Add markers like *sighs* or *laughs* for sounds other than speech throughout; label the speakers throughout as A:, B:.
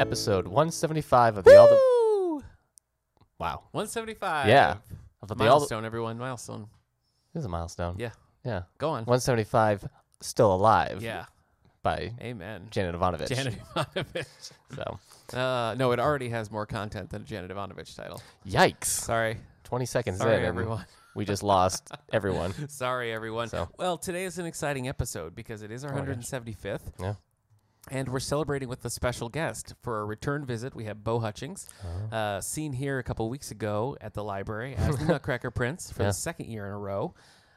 A: episode 175 of the All the
B: Woo!
A: Wow.
B: 175.
A: Yeah. Of the All the
B: Milestone, everyone. Milestone.
A: This is a milestone.
B: Yeah.
A: Yeah.
B: Go on.
A: 175 Still Alive
B: Yeah.
A: by
B: Amen.
A: Janet Ivanovich.
B: Janet Ivanovich.
A: So,
B: *laughs* Uh, no, it already has more content than a Janet Ivanovich title.
A: yikes.
B: Sorry.
A: 20 seconds in
B: Sorry,
A: and
B: everyone. *laughs*
A: we just lost everyone.
B: Sorry, everyone.
A: So.
B: Well, today is an exciting episode because it is our
A: Oh my gosh.
B: 175th.
A: Yeah.
B: And we're celebrating with a special guest for a return visit. We have Bo Hutchings,
A: Uh-huh.
B: uh, seen here a couple weeks ago at the library as
A: *laughs*
B: the Nutcracker Prince for
A: Yeah.
B: the second year in a row.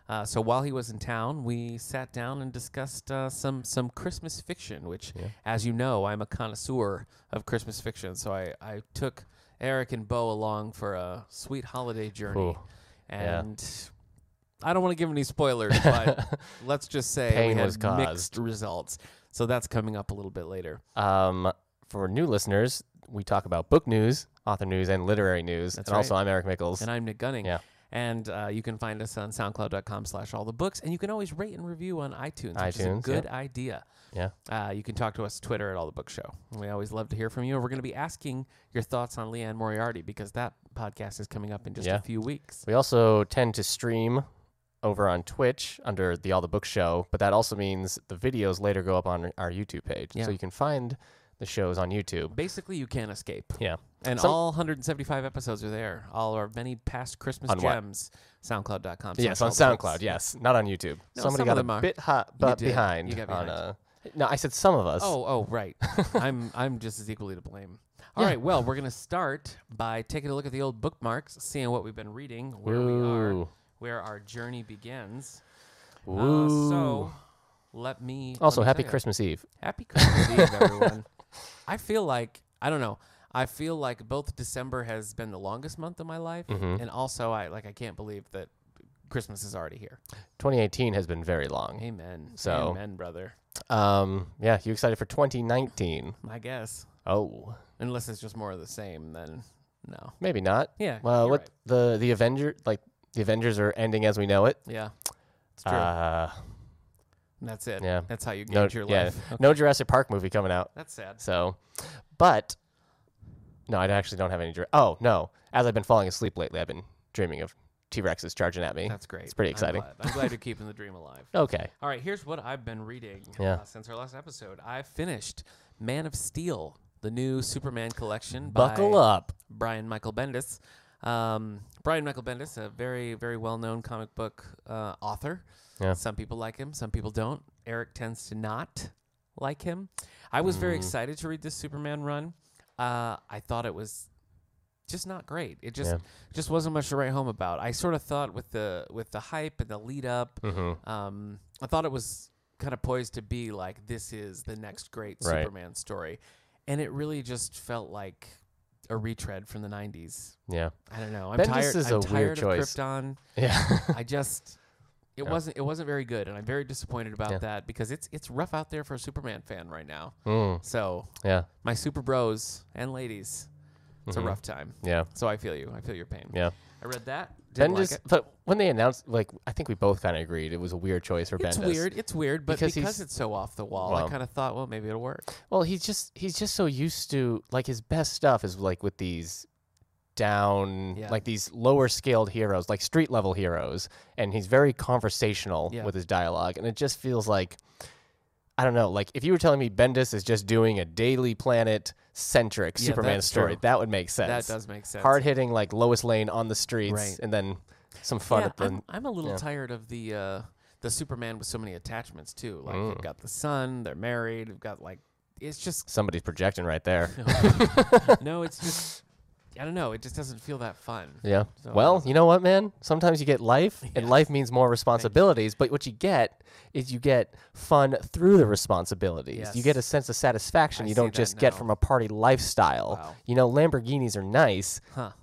B: Uh, so while he was in town, we sat down and discussed uh, some some Christmas fiction, which,
A: Yeah.
B: as you know, I'm a connoisseur of Christmas fiction. So I, I took Eric and Bo along for a sweet holiday journey,
A: Ooh, yeah.
B: and I don't want to give any
A: *laughs*
B: spoilers, but let's just say
A: Pain
B: we had
A: was caused.
B: mixed results. So that's coming up a little bit later.
A: Um, for new listeners, we talk about book news, author news, and literary news.
B: That's
A: and
B: right.
A: also, I'm Eric Mickles.
B: And I'm Nick Gunning.
A: Yeah.
B: And uh, you can find us on soundcloud.com slash all the books. And you can always rate and review on iTunes, which is a
A: iTunes,
B: good idea.
A: Yeah.
B: Uh, you can talk to us Twitter at All the Book Show. And we always love to hear from you. And we're going to be asking your thoughts on Leanne Moriarty because that podcast is coming up in just
A: Yeah.
B: a few weeks.
A: We also tend to stream over on Twitch under the All the Book Show, but that also means the videos later go up on our YouTube page.
B: Yeah.
A: So you can find the shows on YouTube.
B: Basically, you can't escape.
A: Yeah.
B: And
A: Some-
B: all 175 episodes are there. All our many past Christmas
A: On what?
B: gems, soundcloud.com.
A: Yes, on
B: slash All the Books.
A: SoundCloud. Yes, not on YouTube.
B: No,
A: Somebody
B: some
A: got
B: of them
A: a
B: are.
A: bit hot,
B: You
A: but
B: did. You
A: behind,
B: got
A: on
B: behind.
A: uh No, I said some of us.
B: Oh, oh,
A: *laughs*
B: right. I'm I'm just as equally to blame. All right, well, we're gonna start by taking a look at the old bookmarks, seeing what we've been reading, where we are,
A: Ooh.
B: where our journey begins. Uh,
A: Ooh.
B: so let me
A: also,
B: let me
A: happy
B: tell ya.
A: Christmas Eve.
B: Happy Christmas
A: *laughs*
B: Eve, everyone. I feel like I don't know. I feel like both December has been the longest month of my life,
A: Mm-hmm.
B: and also I like I can't believe that Christmas is already here.
A: 2018 has been very long.
B: Amen.
A: So-
B: Amen, brother.
A: Um, yeah, you excited for 2019?
B: I guess
A: Oh,
B: unless it's just more of the same, then no.
A: maybe not.
B: Yeah.
A: Well,
B: you're
A: what
B: right.
A: the the Avenger like the Avengers are ending as we know it.
B: Yeah. It's true.
A: Uh,
B: And that's it.
A: yeah.
B: That's how you
A: no,
B: gauge your
A: yeah,
B: life. Okay.
A: no Jurassic Park movie coming out.
B: That's sad.
A: So, but no, I actually don't have any. Jur- oh no, as I've been falling asleep lately, I've been dreaming of T Rexes charging at me.
B: That's great.
A: It's pretty
B: I'm
A: exciting.
B: glad. I'm glad you're keeping the
A: *laughs*
B: dream alive.
A: Okay.
B: All right, here's what I've been reading
A: *laughs* Yeah.
B: uh, since our last episode. I finished Man of Steel, the new Superman collection
A: Buckle
B: by
A: up.
B: Brian Michael Bendis. Um, Brian Michael Bendis, a very, very well known comic book uh, author.
A: Yeah.
B: Some people like him, some people don't. Eric tends to not like him. I was
A: Mm.
B: very excited to read this Superman run. Uh, I thought it was just not great. It just
A: Yeah.
B: just wasn't much to write home about. I sort of thought with the with the hype and the lead up,
A: hmm
B: um, I thought it was kind of poised to be like this is the next great
A: Right.
B: Superman story, and it really just felt like a retread from the '90s.
A: Yeah.
B: I don't know. I'm
A: Bendis
B: tired.
A: is
B: I'm
A: a
B: tired
A: weird
B: of
A: choice.
B: Krypton.
A: Yeah. *laughs*
B: I just it
A: Yeah.
B: wasn't it wasn't very good, and I'm very disappointed about
A: Yeah.
B: that because it's it's rough out there for a Superman fan right now.
A: mm,
B: So
A: yeah.
B: my super bros and ladies, it's
A: Mhm.
B: a rough time.
A: Yeah.
B: So I feel you. I feel your pain.
A: Yeah.
B: I read that. Didn't
A: Bendis,
B: like it.
A: but when they announced, like, I think we both kind of agreed it was a weird choice for
B: It's
A: Bendis.
B: weird. It's weird, but
A: Because
B: because,
A: he's-
B: it's so off the wall, I
A: Well.
B: kind of thought, well, maybe it'll work.
A: Well, he's just he's just so used to like his best stuff is like with these down
B: Yeah.
A: like these lower scaled heroes, like street level heroes, and he's very conversational
B: Yeah.
A: with his dialogue, and it just feels like I don't know, like if you were telling me Bendis is just doing a Daily Planet centric
B: Yeah,
A: Superman
B: that's
A: story,
B: true.
A: that would make sense.
B: That does make sense.
A: Hard hitting like Lois Lane on the streets,
B: Right.
A: and then some
B: Yeah,
A: fun at the
B: I'm, I'm a little
A: yeah.
B: tired of the uh, the Superman with so many attachments too. Like
A: Mm.
B: they've got the son, they're married, they've got like
A: *laughs*
B: it's just
A: somebody's projecting right there.
B: no, it's just I don't know. It just doesn't feel that fun.
A: Yeah.
B: So I
A: well,
B: was-
A: you know what, man? Sometimes you get life, and
B: Yes.
A: life means more responsibilities. But what you get is you get fun through the responsibilities. You get a
B: Yes.
A: sense of satisfaction
B: I
A: you
B: see
A: don't
B: that
A: just get
B: now.
A: from a party lifestyle.
B: Wow.
A: You know, Lamborghinis are nice,
B: Huh.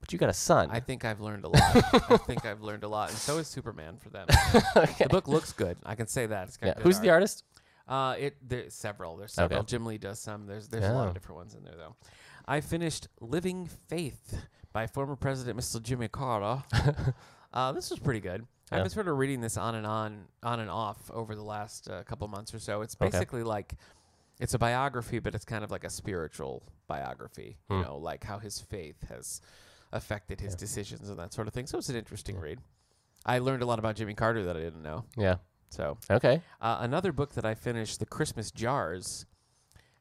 A: but you got a *laughs* son.
B: I think I've learned a lot. I think I've learned a lot, and so is Superman for them.
A: *laughs*
B: The book looks good. I can say that. It's got
A: Yeah.
B: good
A: Who's
B: art.
A: the artist?
B: Uh, it there's several. There's
A: Okay.
B: several. Jim Lee does some. There's there's a lot
A: Oh.
B: of different ones in there though. I finished Living Faith by former President Mr.
A: *laughs*
B: Jimmy Carter. uh, this was pretty good. I've
A: Yeah.
B: been sort of reading this on and on, on and off over the last uh, couple months or so. It's
A: Okay.
B: basically like it's a biography, but it's kind of like a spiritual biography,
A: Hmm.
B: you know, like how his faith has affected his decisions and that sort of thing. So it's an interesting read. I learned a lot about Jimmy Carter that I didn't know.
A: Yeah.
B: So
A: Okay.
B: uh, another book that I finished, The Christmas Jars,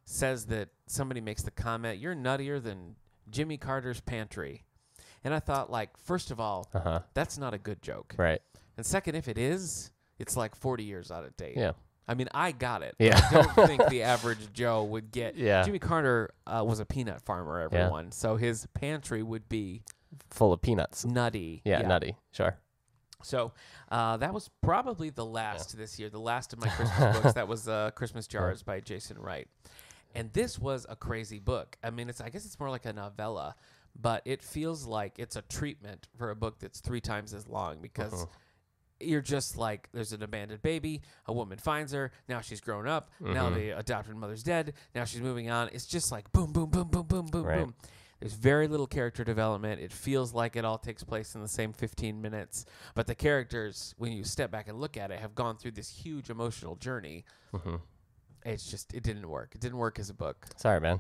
B: says that somebody makes the comment, "You're nuttier than Jimmy Carter's pantry," and I thought, like, first of all,
A: Uh huh.
B: that's not a good joke,
A: Right.
B: and second, if it is, it's like 40 years out of date.
A: Yeah.
B: I mean, I got it.
A: Yeah.
B: *laughs*
A: *laughs*
B: I don't think the average Joe would get.
A: Yeah.
B: Jimmy Carter uh, was a peanut farmer,
A: Yeah.
B: everyone. So his pantry would be
A: Full of peanuts.
B: nutty.
A: Yeah, Nutty. Sure.
B: So uh, that was probably the last this year, the last of my Christmas books. That was uh, Christmas Jars by Jason Wright, and this was a crazy book. I mean, it's I guess it's more like a novella, but it feels like it's a treatment for a book that's three times as long because. You're just like there's an abandoned baby. A woman finds her. Now she's grown up. Now the adopted mother's dead. Now she's moving on. It's just like boom, boom, boom, boom, boom, boom,
A: Right.
B: boom. There's very little character development. It feels like it all takes place in the same 15 minutes, but the characters, when you step back and look at it, have gone through this huge emotional journey. It's just it didn't work. It didn't work as a book.
A: Sorry, man.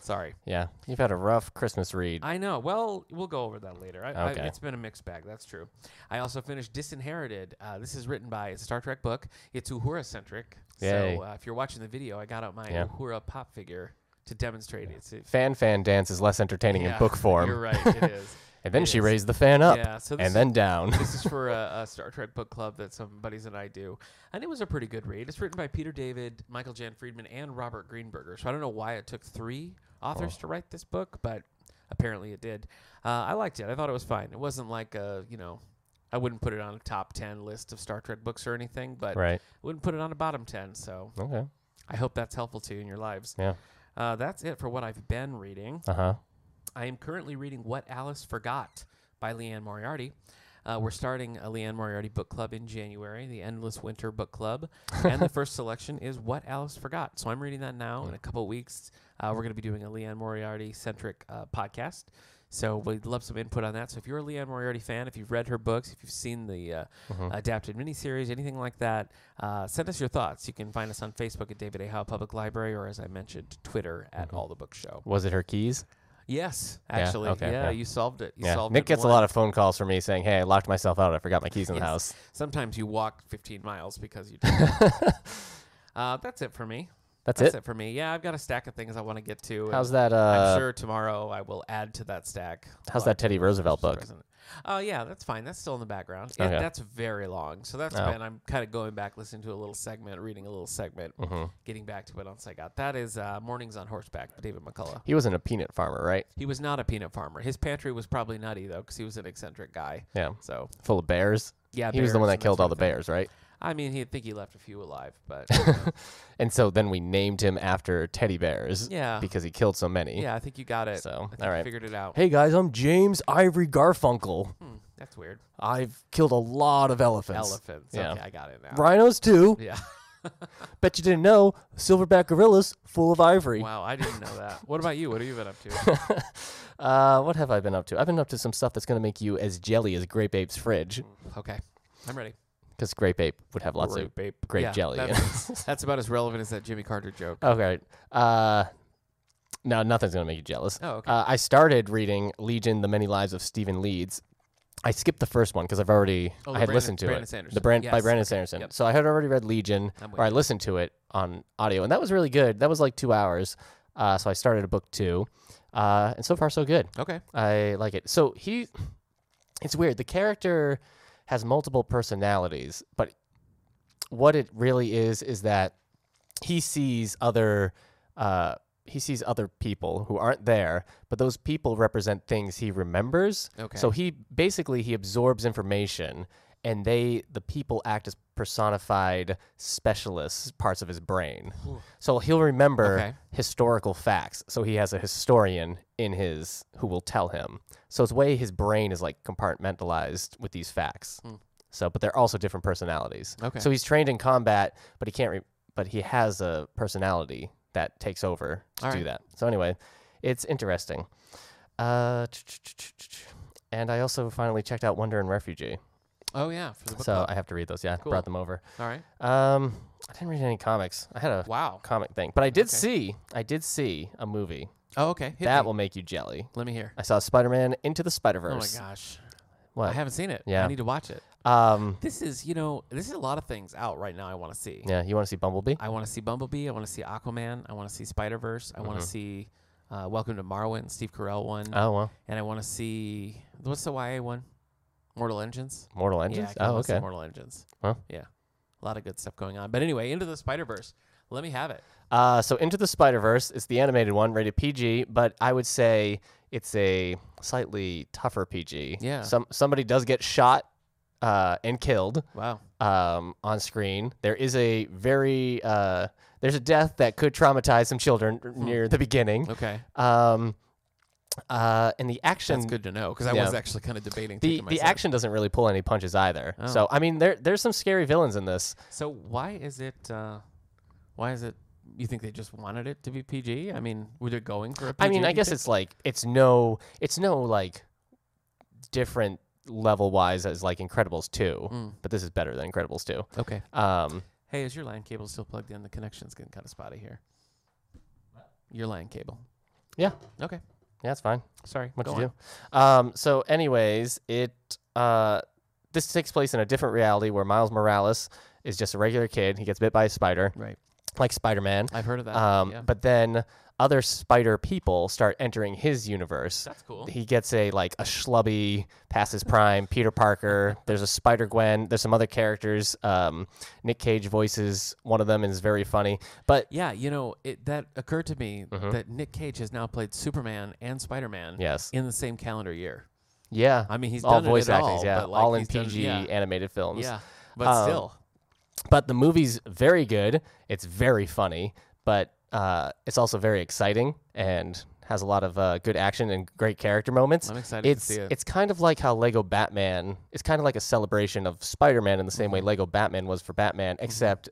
B: Sorry.
A: Yeah. You've had a rough Christmas read.
B: I know. Well, we'll go over that later. I,
A: Okay.
B: I, it's been a mixed bag. That's true. I also finished Disinherited. Uh, this is written by it's a Star Trek book. It's Uhura centric.
A: Yay.
B: So uh, if you're watching the video, I got out my
A: Yeah.
B: Uhura pop figure to demonstrate it. It's
A: fan fan dance is less entertaining
B: yeah,
A: in book form.
B: *laughs* You're right. It is.
A: and then
B: it
A: she
B: is.
A: raised the fan *laughs* up
B: Yeah. So this
A: and
B: is
A: then down.
B: this is for a, a Star Trek book club that some buddies and I do, and it was a pretty good read. It's written by Peter David, Michael Jan Friedman, and Robert Greenberger. So I don't know why it took three authors
A: Oh.
B: to write this book, but apparently it did. Uh, I liked it. I thought it was fine. It wasn't like a you know, I wouldn't put it on a top ten list of Star Trek books or anything, but
A: right.
B: I wouldn't put it on a bottom ten. So
A: Okay.
B: I hope that's helpful to you in your lives.
A: Yeah.
B: Uh, that's it for what I've been reading.
A: Uh huh.
B: I am currently reading What Alice Forgot by Leanne Moriarty. Uh, we're starting a Leanne Moriarty book club in January, the Endless Winter Book Club. and the first selection is What Alice Forgot. So I'm reading that now. In a couple of weeks, uh, we're going to be doing a Leanne Moriarty centric uh, podcast. So we'd love some input on that. So if you're a Leanne Moriarty fan, if you've read her books, if you've seen the uh, adapted miniseries, anything like that, uh, send us your thoughts. You can find us on Facebook at David A. Howe Public Library, or as I mentioned, Twitter at All the Book Show.
A: Was it her keys?
B: Yes,
A: Yeah,
B: actually. Yeah,
A: okay, yeah.
B: you solved it. You
A: yeah.
B: solved
A: Nick
B: it
A: gets a
B: once.
A: lot of phone calls from me saying, "Hey, I locked myself out. I forgot my keys in the
B: Yes. *laughs*
A: house."
B: Sometimes you walk 15 miles because you.
A: *laughs*
B: did that. uh, that's it for me.
A: That's,
B: That's
A: it.
B: it. for me. Yeah, I've got a stack of things I want to get to. and
A: How's that? Uh,
B: I'm sure tomorrow I will add to that stack.
A: How's
B: what
A: that Teddy Roosevelt
B: was
A: book?
B: present. Oh yeah, that's fine. That's still in the background. It-
A: Okay.
B: that's very long. So that's
A: Oh.
B: been. I'm kind of going back, listening to a little segment, reading a little segment,
A: Mm-hmm.
B: getting back to it once I got. That is uh, mornings on horseback, by David McCullough.
A: He wasn't a peanut farmer, right?
B: He was not a peanut farmer. His pantry was probably nutty though, because he was an eccentric guy.
A: Yeah.
B: So
A: Full of bears.
B: Yeah,
A: He was the one
B: bears
A: that
B: and
A: killed
B: sort
A: all the
B: of thing.
A: bears, right?
B: I mean, he think he left a few alive, but
A: *laughs* And so then we named him after teddy bears. *laughs*
B: Yeah.
A: Because he killed so many.
B: yeah, I think you got it.
A: So,
B: I think
A: all
B: you
A: right.
B: figured it out.
A: Hey guys, I'm James Ivory Garfunkel.
B: Hmm, that's weird.
A: I've killed a lot of elephants.
B: Elephants.
A: yeah.
B: Okay, I got it now.
A: Rhinos too. *laughs*
B: Yeah.
A: Bet you didn't know. Silverback gorillas full of ivory.
B: Wow, I didn't know
A: *laughs*
B: that. What about you? What have you been up to?
A: Uh, what have I been up to? I've been up to some stuff that's gonna make you as jelly as Grape Ape's
B: Mm.
A: fridge,
B: okay, I'm ready.
A: because Grape Ape would have lots of
B: grape,
A: grape jelly.
B: that
A: in it.
B: makes- that's about as relevant as that Jimmy Carter joke.
A: *laughs* Okay. Uh, no, nothing's gonna make you jealous.
B: Oh, okay.
A: Uh, I started reading Legion: The Many Lives of Stephen Leeds. I skipped the first one because I've already
B: Oh,
A: I
B: the
A: had
B: Brandon-
A: listened to
B: Brandon
A: it. The
B: Sanderson.
A: brand by
B: Yes,
A: Brandon Sanderson.
B: Yep.
A: So I had already read Legion,
B: I'm with
A: or I
B: you.
A: listened to it on audio, and that was really good. That was like two hours. Uh, so I started a book two, uh, and so far so good.
B: Okay.
A: I like it. So he, it's weird. The character has multiple personalities, but what it really is is that he sees other, uh, he sees other people who aren't there, but those people represent things he remembers.
B: Okay.
A: So he basically he absorbs information, and they the people act as personified specialists parts of his brain. So he'll remember
B: Okay.
A: historical facts. So he has a historian in his who will tell him. So it's way his brain is like compartmentalized with these facts. So, but they're also different personalities.
B: Hmm. Okay.
A: So he's trained in combat, but he can't. Re- but he has a personality that takes over to
B: All
A: do
B: right.
A: that. So anyway, it's interesting. Uh, and I also finally checked out Wonder and Refugee.
B: Oh yeah, for the book
A: So
B: club.
A: I have to read those. Yeah, I
B: Cool.
A: brought them over.
B: All right.
A: Um, I didn't read any comics. I had a
B: Wow.
A: comic thing, but I did
B: Okay.
A: see I did see a movie
B: Oh, okay. Hit
A: that
B: me.
A: will make you jelly.
B: Let me hear.
A: I saw Spider Man Into the Spider
B: Oh my
A: Verse.
B: gosh. I
A: What?
B: haven't seen it. I
A: Yeah.
B: need to watch it.
A: um,
B: This is, you know, this is a lot of things out right now I want to see.
A: yeah, you want to see Bumblebee?
B: I want to see Bumblebee. I want to see Aquaman. I want to see Spider Verse. I
A: Mm-hmm.
B: want to see uh, Welcome to Marwen, Steve Carell one.
A: oh well,
B: and I want to see what's the YA one? Mortal Engines.
A: Mortal Engines.
B: Yeah,
A: oh
B: I kinda wanna see
A: okay.
B: Mortal Engines.
A: Well.
B: yeah, a lot of good stuff going on. But anyway, into the Spider Verse. Let me have it.
A: Uh, so Into the Spider Verse is the animated one, rated PG, but I would say it's a slightly tougher PG.
B: Yeah.
A: Some somebody does get shot uh, and killed
B: Wow.
A: um, on screen. There is a very uh, there's a death that could traumatize some children
B: Hmm.
A: near the beginning.
B: Okay,
A: Um, uh, and the action
B: that's good to know because I
A: yeah.
B: was actually kind of debating
A: the
B: taking
A: the
B: myself.
A: action doesn't really pull any punches either.
B: Oh.
A: So I mean, there there's some scary villains in this.
B: So why is it? Uh, why is it? You think they just wanted it to be PG? I mean, were they going for a PG?
A: I mean,
B: do
A: I
B: you
A: guess
B: think?
A: it's like it's no it's no like different level wise as like Incredibles two,
B: Mm.
A: but this is better than Incredibles two.
B: okay.
A: Um,
B: Hey, is your line cable still plugged in? The connection's getting kind of spotty here. Your line cable.
A: yeah,
B: Okay.
A: yeah, it's fine.
B: Sorry.
A: What
B: go
A: you
B: on.
A: do? Um, so, anyways, it uh, this takes place in a different reality where Miles Morales is just a regular kid. He gets bit by a spider,
B: Right.
A: like Spider Man.
B: I've heard of that.
A: Um,
B: yeah.
A: But then other spider people start entering his universe.
B: that's cool.
A: he gets a like a schlubby past his prime Peter Parker.
B: *laughs*
A: There's a Spider Gwen. There's some other characters. Um, Nick Cage voices one of them and is very funny. But
B: Yeah, you know, it that occurred to me
A: Mhm.
B: that Nick Cage has now played Superman and Spider Man
A: yes,
B: in the same calendar year.
A: yeah,
B: I mean, he's
A: all
B: done
A: voice
B: it at
A: actings.
B: all,
A: yeah,
B: but, like,
A: all in
B: he's done-
A: PG
B: yeah,
A: animated films.
B: yeah, but
A: Um,
B: still,
A: But the movie's very good. It's very funny, but uh, it's also very exciting and has a lot of uh, good action and great character moments.
B: I'm excited
A: It's
B: to see it.
A: it's kind of like how Lego Batman. It's kind of like a celebration of Spider-Man in the same way
B: Mm-hmm.
A: Lego Batman was for Batman, except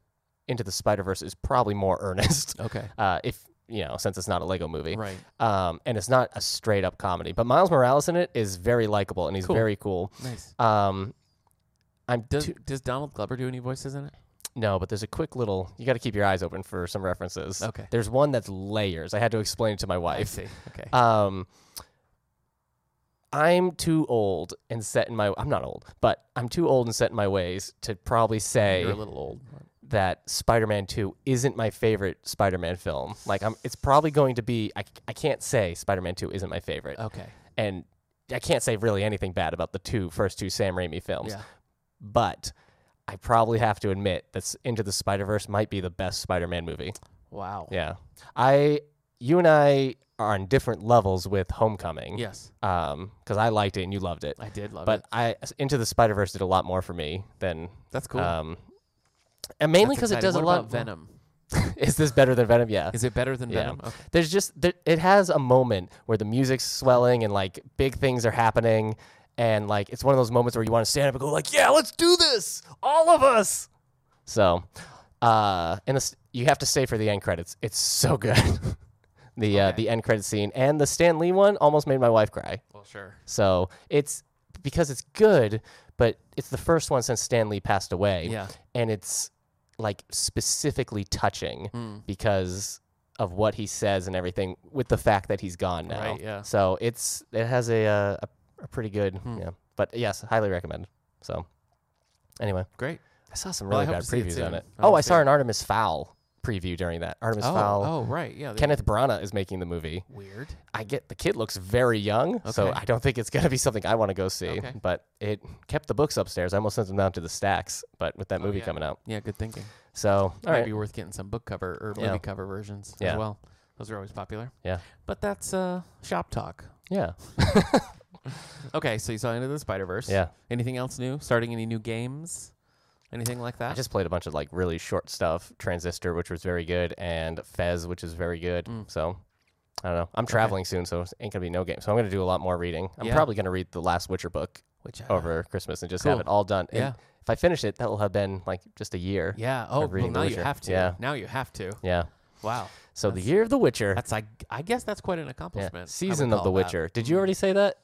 A: Into the Spider-Verse is probably more *laughs* earnest.
B: okay,
A: Uh, if you know, since it's not a Lego movie,
B: right?
A: um, and it's not a straight up comedy, but Miles Morales in it is very likable and he's
B: Cool.
A: very cool.
B: Nice.
A: Um, I'm
B: Does
A: too-
B: Does Donald Glover do any voices in it?
A: no, but there's a quick little. You got to keep your eyes open for some references.
B: Okay.
A: There's one that's layers. I had to explain it to my wife.
B: Okay.
A: Um, I'm too old and set in my. I'm not old, but I'm too old and set in my ways to probably say
B: You're a little old.
A: that Spider-Man 2 isn't my favorite Spider-Man film. Like, I'm. It's probably going to be. I, I can't say Spider-Man 2 isn't my favorite,
B: Okay.
A: and I can't say really anything bad about the two first two Sam Raimi films.
B: Yeah.
A: But I probably have to admit that S- Into the Spider-Verse might be the best Spider-Man movie.
B: Wow.
A: Yeah. I. You and I are on different levels with Homecoming
B: Yes,
A: um because i liked it and you loved it
B: I did love
A: but
B: it.
A: i into the spider-verse did a lot more for me than
B: That's cool.
A: um and mainly
B: Uh, That's
A: because it
B: exciting.
A: does
B: What
A: a
B: about
A: lot
B: Venom.
A: *laughs* is this better than venom yeah
B: Is it better than
A: Yeah.
B: Venom? Okay.
A: there's just there, it has a moment where the music's swelling and like big things are happening and like it's one of those moments where you want to stand up and go like yeah let's do this all of us so uh and this, you have to stay for the end credits it's so good *laughs* the uh,
B: Okay.
A: the end credit scene and the stan lee one almost made my wife cry
B: Well, sure.
A: so it's because it's good, but it's the first one since Stanley passed away.
B: Yeah.
A: And it's like specifically touching
B: Mm.
A: because of what he says and everything with the fact that he's gone now.
B: Right, yeah. Hmm.
A: So it's it has a uh, a, a pretty good yeah. But yes, highly recommend. So anyway,
B: Great.
A: I saw some
B: Well, I
A: really
B: hope
A: bad
B: to see it
A: previews on
B: soon.
A: it.
B: I
A: Oh,
B: wanna
A: I
B: see
A: saw
B: it.
A: an Artemis Fowl preview during that. Artemis
B: Oh,
A: Fowl.
B: oh, right. Yeah. they-
A: Kenneth Branagh is making the movie.
B: Weird.
A: I get the kid looks very young, so
B: Okay.
A: I don't think it's gonna be something I want to go see.
B: Okay.
A: But it kept the books upstairs. I almost sent them down to the stacks, but with that
B: Oh,
A: movie
B: yeah.
A: coming out,
B: Yeah. Good thinking.
A: so all
B: Might
A: right,
B: be worth getting some book cover or
A: Yeah.
B: movie cover versions as
A: Yeah.
B: well. Those are always popular.
A: Yeah.
B: But that's uh, shop talk.
A: yeah,
B: Okay, so you saw Into the Spider Verse.
A: yeah.
B: Anything else new? Starting any new games? Anything like that?
A: I just played a bunch of like really short stuff, Transistor, which was very good, and Fez, which is very good.
B: Mm.
A: So I don't know. I'm traveling soon, so it ain't gonna be no game. So I'm gonna do a lot more reading. I'm
B: Yeah.
A: probably gonna read the last Witcher book
B: Which uh,
A: over Christmas and just have
B: Cool.
A: it all done. And
B: Yeah.
A: If I finish it, that will have been like just a year.
B: Yeah. Oh, well,
A: reading The
B: now you
A: Witcher.
B: have to.
A: Yeah.
B: Now you have to.
A: Yeah.
B: Wow.
A: So the
B: That's-
A: year of the Witcher.
B: That's I. I guess that's quite an
A: Yeah.
B: accomplishment. I would
A: Season of
B: call
A: The
B: that.
A: Witcher. Did you already say that?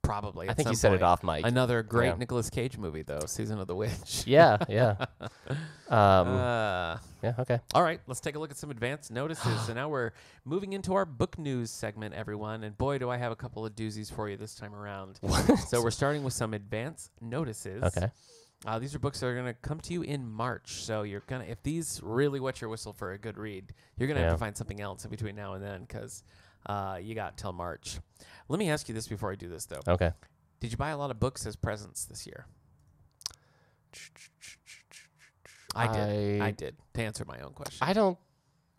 B: Probably.
A: I
B: at
A: think you said
B: some
A: it *laughs*
B: point.
A: off mic.
B: Another great
A: Yeah.
B: Nicolas Cage movie though. Season of the Witch.
A: yeah, yeah. Um,
B: *laughs* Uh,
A: yeah, okay.
B: all right, let's take a look at some advance notices.
A: *gasps*
B: so now we're moving into our book news segment, everyone. And boy, do I have a couple of doozies for you this
A: *laughs*
B: time around. So we're starting with some advance notices.
A: Okay.
B: Uh, these are books that are going to come to you in March. So you're going to, if these really wet your whistle for a good read, you're going to
A: Yeah.
B: have to find something else in between now and then because uh, you got till March. Let me ask you this before I do this, though.
A: Okay.
B: Did you buy a lot of books as presents this year? I did. I,
A: I-
B: did. To answer my own question.
A: I don't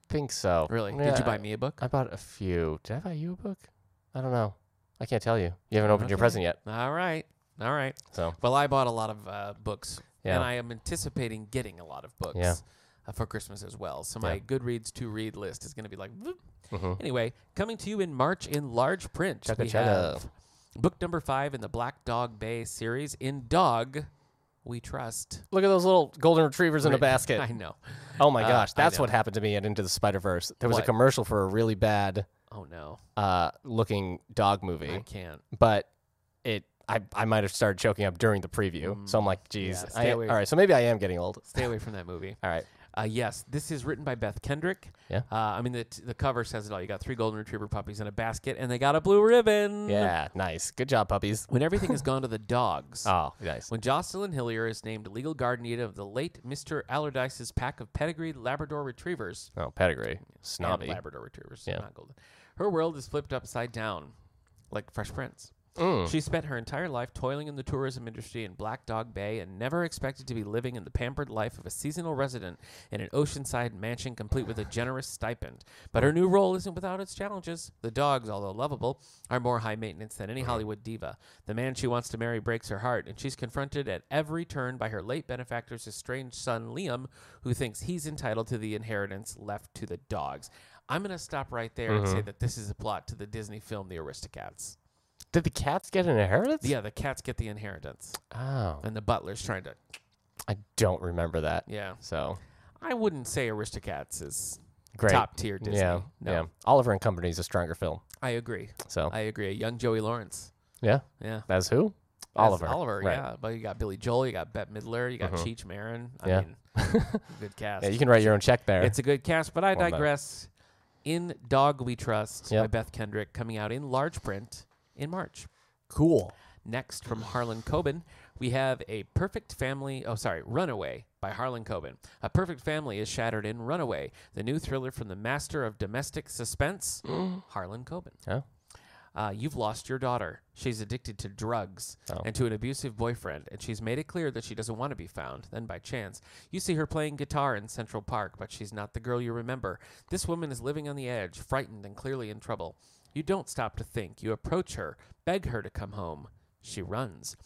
A: think so.
B: really?
A: Yeah,
B: did you buy
A: I-
B: me a book?
A: I bought a few. Did I buy you a book? I don't know. I can't tell you. You haven't opened your
B: Okay.
A: present yet.
B: All right. All right.
A: So
B: Well, I bought a lot of uh, books,
A: Yeah.
B: and I am anticipating getting a lot of books
A: Yeah.
B: uh, for Christmas as well. So
A: Yeah.
B: my Goodreads to read list is going to be like. "Voop."
A: mhm.
B: Anyway, coming to you in March in large print,
A: Chugga
B: we
A: chugga.
B: have book number five in the Black Dog Bay series. In Dog, we trust.
A: look at those little golden retrievers in a
B: *laughs* Right.
A: basket.
B: I know.
A: Oh my
B: Uh,
A: gosh,
B: I
A: that's
B: know.
A: what happened to me at Into the Spider Verse. There was
B: What?
A: a commercial for a really bad
B: Oh no,
A: uh, looking dog movie,
B: I can't.
A: but it I, I might have started choking up during the preview. so I'm like, geez,
B: Mm. yeah,
A: I
B: stay
A: am-
B: away.
A: all right. So maybe I am getting old.
B: Stay away from that movie.
A: All right.
B: Uh, yes, this is written by Beth Kendrick.
A: Yeah.
B: Uh, I mean, the, t- the cover says it all. You got three golden retriever puppies in a basket, and they got a blue ribbon.
A: Yeah. Nice. Good job, puppies.
B: When everything
A: *laughs*
B: has gone to the dogs.
A: Oh, nice.
B: When Jocelyn Hillier is named legal guardian of the late Mr. Allardyce's pack of pedigreed Labrador retrievers.
A: Oh, pedigree.
B: and
A: Snobby.
B: Labrador retrievers,
A: Yeah.
B: not golden. Her world is flipped upside down, like Fresh Prince.
A: Mm.
B: She spent her entire life toiling in the tourism industry in Black Dog Bay and never expected to be living in the pampered life of a seasonal resident in an oceanside mansion complete with a generous stipend. But
A: Mm.
B: her new role isn't without its challenges. The dogs, although lovable, are more high maintenance than
A: Mm.
B: any Hollywood diva. The man she wants to marry breaks her heart, and she's confronted at every turn by her late benefactor's estranged son, Liam, who thinks he's entitled to the inheritance left to the dogs. I'm going to stop right there and
A: Mm-hmm.
B: say that this is a plot to the Disney film The Aristocats.
A: Did the cats get an inheritance?
B: Yeah, the cats get the inheritance,
A: Oh,
B: and the butler's trying to.
A: I don't remember that.
B: Yeah,
A: So
B: I wouldn't say Aristocats is
A: great.
B: top tier Disney.
A: Yeah.
B: no,
A: Yeah. Oliver and Company is a stronger film.
B: I agree.
A: So
B: I agree. Young Joey Lawrence.
A: yeah.
B: Yeah,
A: That's who?
B: That's
A: Oliver.
B: Oliver.
A: Right.
B: Yeah, but you got Billy Joel, you got Bette Midler, you got
A: Mhm.
B: Cheech Marin. I
A: Yeah. *laughs*
B: mean, good cast.
A: Yeah, you can write your own check there.
B: It's a good cast, but I
A: Well done.
B: digress. In Dog We Trust by
A: Yep.
B: Beth Kendrick, coming out in large print in March.
A: cool.
B: Next from Harlan Coben, we have A Perfect Family. Oh, sorry, Runaway by Harlan Coben. A Perfect Family is shattered in Runaway, the new thriller from the master of domestic suspense, Harlan Coben.
A: Oh.
B: Uh, you've lost your daughter. She's addicted to drugs
A: Oh.
B: and to an abusive boyfriend, and she's made it clear that she doesn't want to be found. Then, by chance, you see her playing guitar in Central Park, but she's not the girl you remember. This woman is living on the edge, frightened and clearly in trouble. You don't stop to think. You approach her, beg her to come home. She runs.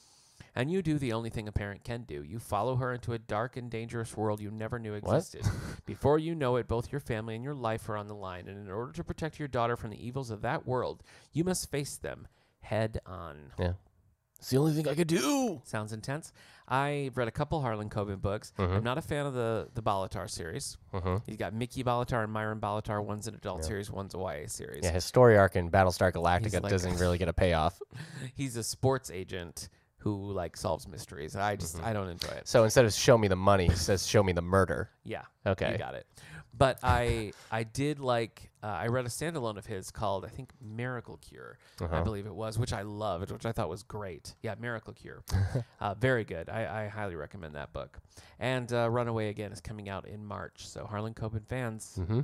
B: And you do the only thing a parent can do. You follow her into a dark and dangerous world you never knew existed. Before you know it, both your family and your life are on the line. And in order to protect your daughter from the evils of that world, you must face them head on.
A: It's the only thing I could do.
B: Sounds intense. I read a couple Harlan Coben books. I'm not a fan of the the Balatar series.
A: hmm
B: He's got Mickey Balatar and Myron Balatar. One's an adult series, one's a YA series.
A: Yeah, his story arc in Battlestar Galactica
B: like- *laughs*
A: doesn't really get a payoff.
B: He's a sports agent who like solves mysteries. I just I don't enjoy it.
A: So instead of show me the money, he says show me the murder.
B: Yeah.
A: Okay.
B: You got it. But I I did like uh, I read a standalone of his called I think Miracle Cure
A: Uh-huh.
B: I believe it was which I loved which I thought was great yeah Miracle
A: *laughs*
B: Cure uh, very good I, I highly recommend that book and uh, Runaway again is coming out in March so Harlan Coben fans
A: Mm-hmm.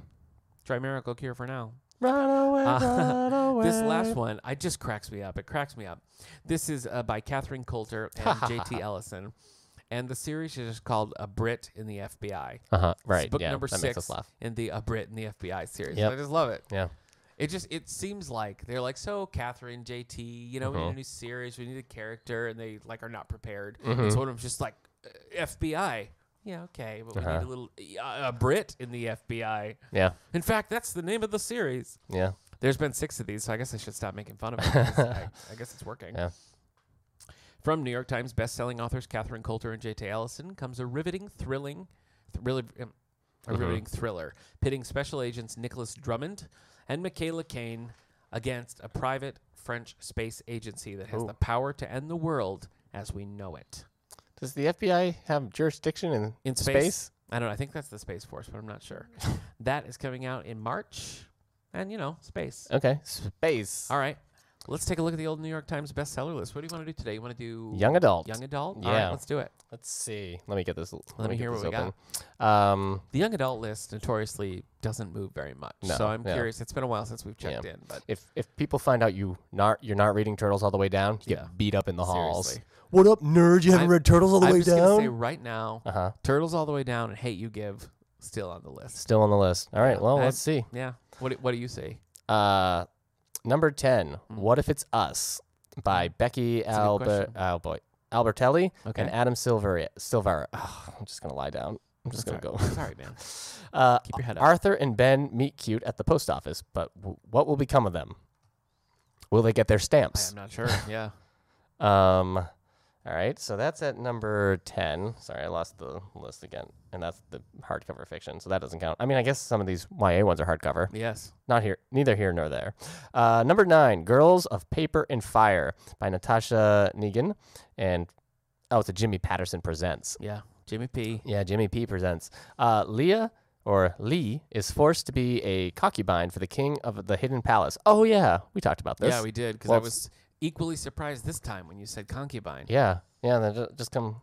B: try Miracle Cure for now *laughs*
A: Run away,
B: Uh,
A: run away.
B: this last one I just cracks me up it cracks me up this is uh, by Catherine Coulter
A: *laughs*
B: and JT Ellison and the series is called A Brit in the FBI
A: Uh-huh. Right.
B: It's book
A: yeah,
B: number
A: that makes
B: six
A: us laugh.
B: in the A Brit in the FBI series.
A: Yep.
B: I just love it.
A: Yeah.
B: It just it seems like they're like, so Catherine, JT, you know,
A: Uh-huh.
B: we need a new series, we need a character, and they like are not prepared.
A: Mm-hmm.
B: And so I'm just like, "Uh, FBI. Yeah, okay, but we
A: Uh-huh.
B: need a little uh, a Brit in the FBI.
A: Yeah.
B: In fact, that's the name of the series.
A: Yeah.
B: There's been six of these, so I guess I should stop making fun of it. 'cause I, I guess it's working.
A: Yeah.
B: From New York Times best-selling authors Catherine Coulter and J.T. Allison comes a riveting, thrilling, th- really, um, a
A: Mhm.
B: riveting thriller pitting special agents Nicholas Drummond and Michaela Kane against a private French space agency that has
A: Ooh.
B: the power to end the world as we know it.
A: Does the FBI have jurisdiction in,
B: In space?
A: space?
B: I I don't know. I think that's the Space Force, but I'm not sure. that is coming out in March. And, you know, space.
A: Okay. Space.
B: All right. Let's take a look at the old New York Times bestseller list. What do you want to do today? You want to do
A: Young adult.
B: young adult? All right,
A: Yeah.
B: let's do it.
A: Let's see. Let me get this. Let,
B: me
A: get
B: hear
A: this
B: what we
A: open. Um,
B: The young adult list notoriously doesn't move very much.
A: No,
B: so I'm
A: yeah.
B: curious. It's been a while since we've checked in, but
A: if if people find out you not you're not reading Turtles all the way down, you
B: Yeah.
A: get beat up in the halls.
B: Seriously.
A: What up, nerd? You haven't
B: I'm-
A: read Turtles all the
B: I'm
A: way
B: just gonna say
A: down?
B: right now,
A: Uh huh.
B: Turtles All the Way Down and Hate You Give still on the list.
A: Still on the list. All right. Well,
B: I-
A: let's see.
B: Yeah. What do- What do you say?
A: Uh, number ten. What if it's us? By Becky
B: Hmm. a good
A: Albert.
B: question.
A: Oh boy, Albertelli
B: Okay.
A: and Adam Silver. Silvera. Ugh, I'm just gonna lie down. I'm just
B: That's
A: gonna
B: all right. Sorry,
A: *laughs*
B: man.
A: go. Uh,
B: Keep your head up.
A: Arthur and Ben meet cute at the post office, but w- what will become of them? Will they get their
B: I
A: stamps?
B: am not sure. Yeah.
A: Um, all right, so that's at number ten. Sorry, I lost the list again, and that's the hardcover fiction, so that doesn't count. I mean, I guess some of these YA ones are hardcover.
B: Yes.
A: Not here, neither here nor there. Uh, number nine, "Girls of Paper and Fire" by Natasha Negan, and oh, it's a Jimmy Patterson presents.
B: Yeah. Jimmy P.
A: Yeah, Jimmy P presents. Uh, Leah or Lee is forced to be a concubine for the king of the hidden palace. Oh yeah, we talked about this.
B: yeah, we did because
A: well,
B: I was equally surprised this time when you said concubine.
A: Yeah, yeah, they ju- just come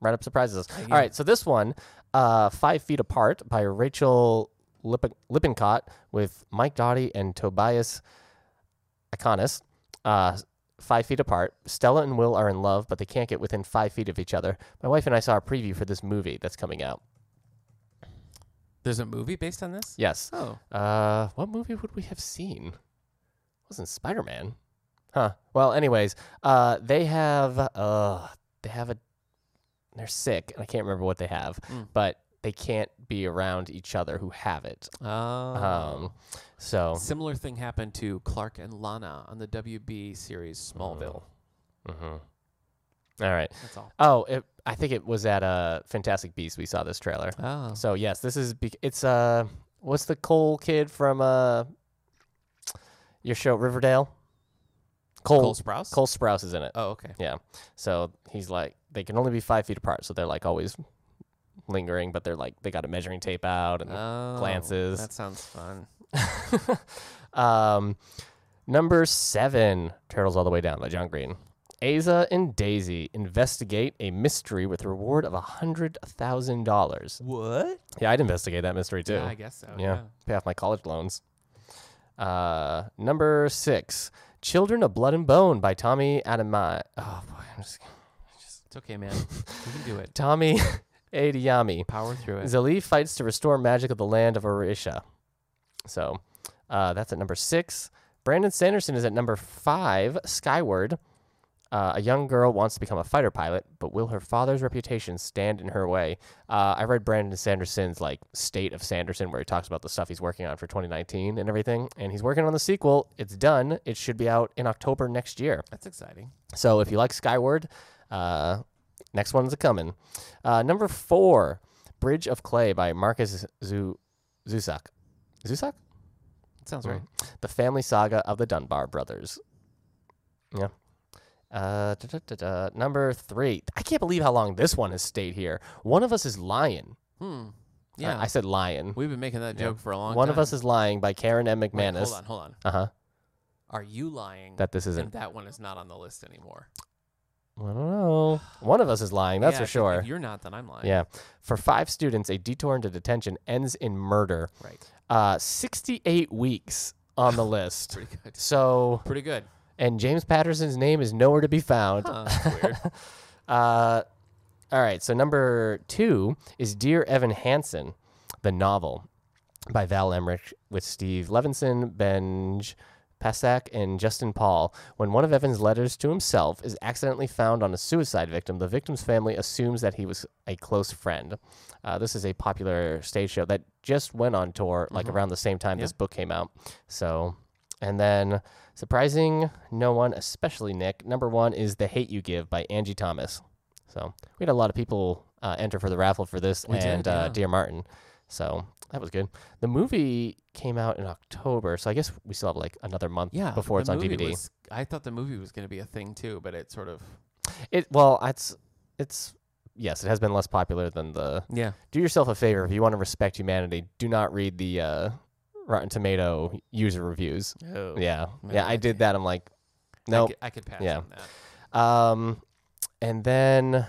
A: right up surprises us.
B: Yeah.
A: All right, so this one, uh, Five Feet Apart by Rachel Lip- Lippincott with Mike Doughty and Tobias Iconis. Uh, five Feet Apart. Stella and Will are in love, but they can't get within five feet of each other. My wife and I saw a preview for this movie that's coming out.
B: There's a movie based on this.
A: Yes.
B: Oh,
A: Uh, what movie would we have seen? Wasn't Spider Man? Huh. Well, anyways, uh, they have uh, they have a, they're sick, and I can't remember what they have,
B: Mm.
A: but they can't be around each other who have it.
B: um,
A: Um, so
B: Oh. similar thing happened to Clark and Lana on the WB series Smallville.
A: mhm. All right.
B: That's all.
A: Mm-hmm. Oh, it, I think it was at uh, Fantastic Beasts. We saw this trailer.
B: Oh,
A: So yes, this is bec- it's uh, what's the Cole kid from uh, your show Riverdale?
B: Cole Sprouse.
A: Cole Sprouse is in it.
B: Oh, okay.
A: So he's like, they can only be five feet apart. So they're like always lingering, but they're like, they got a measuring tape out. And
B: Oh,
A: glances.
B: That sounds fun.
A: *laughs* um, number seven, Turtles All the Way Down by John Green. Asa and Daisy investigate a mystery with a reward of a $100,000.
B: What?
A: Yeah, I'd investigate that mystery too.
B: Yeah, I guess so. Yeah.
A: Yeah. Pay off my college loans. Uh, number six, Children of Blood and Bone by Tommy Adamai. Oh, boy. I'm just,
B: It's okay, man. you can do it.
A: Tommy *laughs* Adiyami.
B: Power through it.
A: Zali fights to restore magic of the land of Orisha. So uh, that's at number six. Brandon Sanderson is at number five, Skyward. Uh, a young girl wants to become a fighter pilot, but will her father's reputation stand in her way? Uh, I read Brandon Sanderson's like State of Sanderson, where he talks about the stuff he's working on for 2019 and everything, and he's working on the sequel. It's done. It should be out in October next year.
B: That's exciting.
A: So if you like Skyward, uh, next one's a coming. Uh, number four, Bridge of Clay by Marcus Zu- Zusak. Zusak?
B: That sounds
A: Mm.
B: right.
A: The family saga of the Dunbar brothers. Yeah. Uh, da, da, da, da. Number three. I can't believe how long this one has stayed here. One of us is lying.
B: Hmm.
A: Mm. I-
B: Yeah.
A: I, said lion.
B: We've been making that
A: Yeah.
B: joke for a long
A: One
B: time.
A: of us is lying by Karen M.
B: Wait, hold
A: McManus.
B: on, hold on.
A: Uh huh.
B: Are you lying?
A: That this
B: and
A: isn't.
B: that one is not on the list anymore.
A: I don't know. One of us is lying. That's
B: Yeah,
A: for
B: 'cause
A: sure.
B: If you're not, then I'm lying.
A: Yeah. For five students, a detour into detention ends in murder.
B: Right.
A: Uh, 68 weeks on the list.
B: Pretty good.
A: So,
B: Pretty good.
A: and James Patterson's name is nowhere to be found. *laughs*
B: Huh. that's weird.
A: Uh, all right. So, number two is Dear Evan Hansen, the novel by Val Emmerich with Steve Levinson, Benj. Pasak and Justin Paul. When one of Evan's letters to himself is accidentally found on a suicide victim, the victim's family assumes that he was a close friend. Uh, this is a popular stage show that just went on tour like around the same time
B: Mm-hmm. Yeah.
A: this book came out. So, and then surprising no one, especially Nick. Number one is "The Hate You Give" by Angie Thomas. So we had a lot of people uh, enter for the raffle for this
B: We did,
A: and uh,
B: yeah.
A: Dear Martin. So that was good. The movie came out in October, so I guess we still have like another month
B: Yeah.
A: before
B: the
A: it's on
B: movie
A: DVD.
B: was- I thought the movie was going to be a thing too, but it sort of.
A: It well, it's it's yes, it has been less popular than the.
B: Yeah.
A: Do yourself a favor if you want to respect humanity. Do not read the uh, Rotten Tomato user reviews.
B: Oh.
A: Yeah,
B: man,
A: yeah, I did that. I'm like, nope.
B: I could, pass
A: Yeah.
B: on that.
A: Um, and then,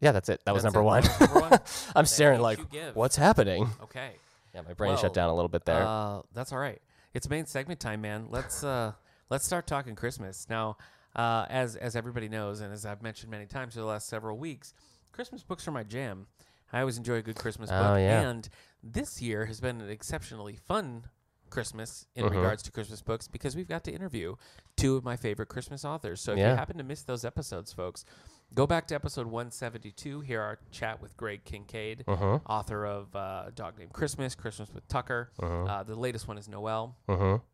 A: yeah, that's it. That was
B: That's
A: number
B: it.
A: one.
B: That was number one.
A: *laughs* I'm *laughs* staring like,
B: Thank you, give.
A: what's happening?
B: Okay.
A: Yeah, my brain
B: Well,
A: shut down a little bit there.
B: Uh, that's all right. It's main segment time, man. Let's uh, let's start talking Christmas now. Uh, as as everybody knows, and as I've mentioned many times for the last several weeks, Christmas books are my jam. I always enjoy a good Christmas
A: Oh,
B: book,
A: yeah.
B: and this year has been an exceptionally fun Christmas in
A: Mhm.
B: regards to Christmas books because we've got to interview two of my favorite Christmas authors. So if you
A: Yeah.
B: happen to miss those episodes, folks, go back to episode 172. Hear our chat with Greg Kincaid,
A: Mhm.
B: author of uh, A Dog Named Christmas, Christmas with Tucker.
A: Uh-huh.
B: Uh, the latest one is Noel.
A: mm-hmm.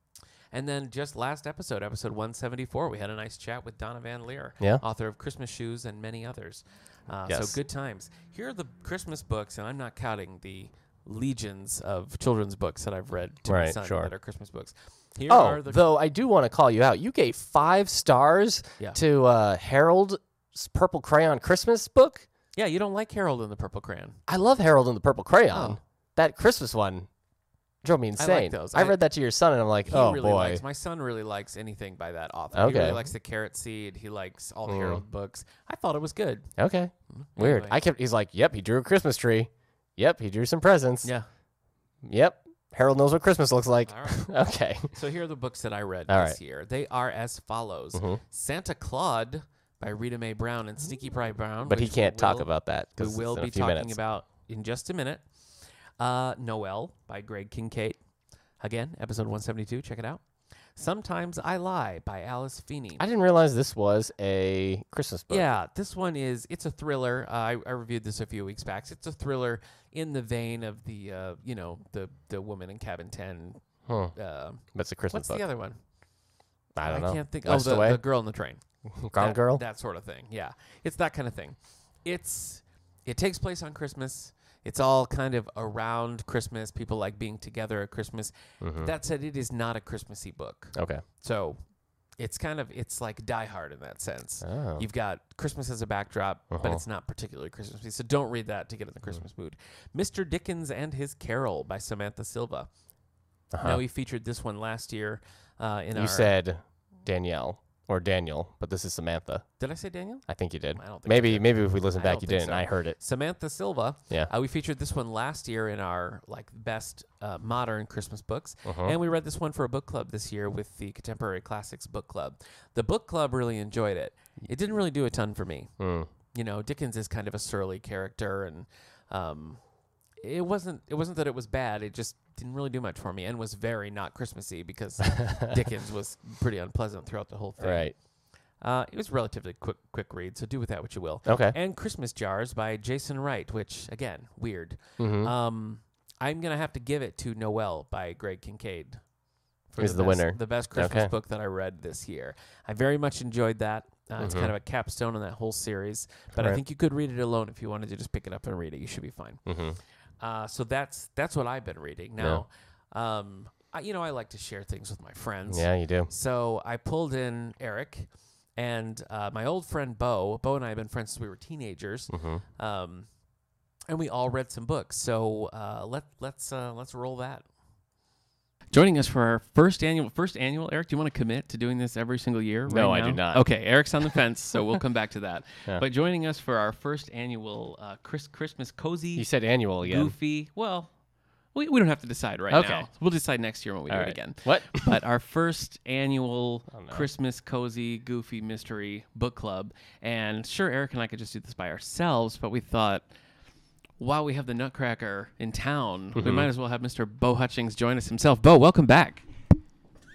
B: And then just last episode, episode 174, we had a nice chat with Donna Van Leer,
A: Yeah.
B: author of Christmas Shoes and many others. Uh,
A: Yes.
B: So good times. Here are the Christmas books, and I'm not counting the legions of children's books that I've read to my
A: Right,
B: son
A: sure.
B: that are Christmas books. Here
A: Oh,
B: are the
A: though I do want to call you out. You gave five stars
B: Yeah.
A: to uh, Harold's Purple Crayon Christmas book.
B: yeah. You don't like Harold and the Purple Crayon.
A: I love Harold and the Purple Crayon.
B: Oh.
A: That Christmas one drove me
B: I
A: insane.
B: like those. I-
A: read that to your son, and I'm like,
B: He
A: oh
B: really
A: boy.
B: likes. My son really likes anything by that author. He really
A: Okay.
B: likes the Carrot Seed. He likes all the
A: Mm.
B: Harold books. I thought it was good.
A: okay, weird.
B: Anyway.
A: I kept. He's like, yep, he drew a Christmas tree. Yep, he drew some presents.
B: Yeah.
A: Yep, Harold knows what Christmas looks like.
B: All
A: *laughs*
B: right.
A: okay.
B: So here are the books that I read
A: All
B: this
A: right. Mm-hmm.
B: year. They are as follows: Santa Claude by Rita Mae Brown and Sneaky Pry Brown.
A: But he
B: which
A: can't
B: we
A: talk
B: will-
A: about that
B: We
A: because
B: will
A: in
B: be
A: a few
B: talking
A: minutes.
B: about in just a minute. Uh, Noel by Greg Kincaid. Again, episode 172. Check it out. Sometimes I Lie by Alice Feeney.
A: I didn't realize this was a Christmas book.
B: Yeah, this one is it's a thriller. Uh, I, I reviewed this a few weeks back. It's a thriller in the vein of the uh, you know the the woman in cabin ten.
A: Hmm.
B: Uh,
A: but it's a Christmas
B: what's
A: book.
B: the other one?
A: I don't know.
B: can't think.
A: West
B: oh, the,
A: Away?
B: the girl in the train.
A: Gone
B: that,
A: Girl.
B: That sort of thing. Yeah, it's that kind of thing. It's it takes place on Christmas. It's all kind of around Christmas. People like being together at Christmas.
A: Hmm.
B: That said, it is not a Christmassy book.
A: Mm-hmm. okay.
B: So it's kind of it's like Die Hard in that sense.
A: Oh.
B: You've got Christmas as a backdrop, but
A: Uh-huh.
B: it's not particularly Christmassy. So don't read that to get in the Christmas mood. Mr. Dickens and His Carol by Samantha Silva.
A: Uh-huh.
B: Now we featured this one last year uh, in
A: You
B: our.
A: said Danielle or Daniel, but this is Samantha.
B: did I say Daniel?
A: I think you did.
B: I don't think I
A: maybe maybe if we listen
B: I
A: back,
B: don't
A: you
B: think
A: didn't.
B: so.
A: I heard
B: *laughs*
A: it.
B: Samantha Silva.
A: Yeah.
B: Uh, we featured this one last year in our like best uh, modern Christmas books,
A: Uh-huh.
B: and we read this one for a book club this year with the Contemporary Classics Book Club. The book club really enjoyed it. It didn't really do a ton for me.
A: Mm.
B: You know, Dickens is kind of a surly character, and um, it wasn't it wasn't that it was bad. It just didn't really do much for me, and was very not Christmassy
A: *laughs*
B: because Dickens was pretty unpleasant throughout the whole thing.
A: Right.
B: Uh, it was relatively quick quick read, so do with that what you will
A: Okay.
B: and Christmas Jars by Jason Wright, which again, weird.
A: Mhm.
B: Um, I'm gonna have to give it to Noel by Greg Kincaid. For
A: Is the
B: best-
A: winner.
B: the best Christmas
A: Okay.
B: book that I read this year? I very much enjoyed that. Uh, It's kind of a capstone on that whole series, but I
A: Mm-hmm. Right.
B: think you could read it alone if you wanted to just pick it up and read it. You should be fine.
A: hmm
B: Uh, so that's that's what I've been reading now. Um, I, you know, I like to share things with my friends.
A: Yeah, you do.
B: So I pulled in Eric and uh, my old friend Bo. Bo and I have been friends since we were teenagers,
A: Mm-hmm.
B: um, and we all read some books. So uh, let let's uh, let's roll that. Joining us for our first annual first annual Eric, do you want to commit to doing this every single year?
A: No,
B: right
A: I do
B: now?
A: not.
B: Okay,
A: *laughs*
B: Eric's on the fence, so we'll come back to that.
A: Yeah.
B: But joining us for our first annual uh, Chris, Christmas cozy
A: You said annual again.
B: goofy. Well, we, we don't have to decide right
A: Okay.
B: now. We'll decide next year when we
A: All
B: do
A: right.
B: it again.
A: What?
B: *laughs*
A: Oh,
B: but our first annual
A: no.
B: Christmas cozy goofy mystery book club. And sure, Eric and I could just do this by ourselves, but we thought. While we have the Nutcracker in town,
A: Mm-hmm.
B: we might as well have Mr. Bo Hutchings join us himself. Bo, welcome back.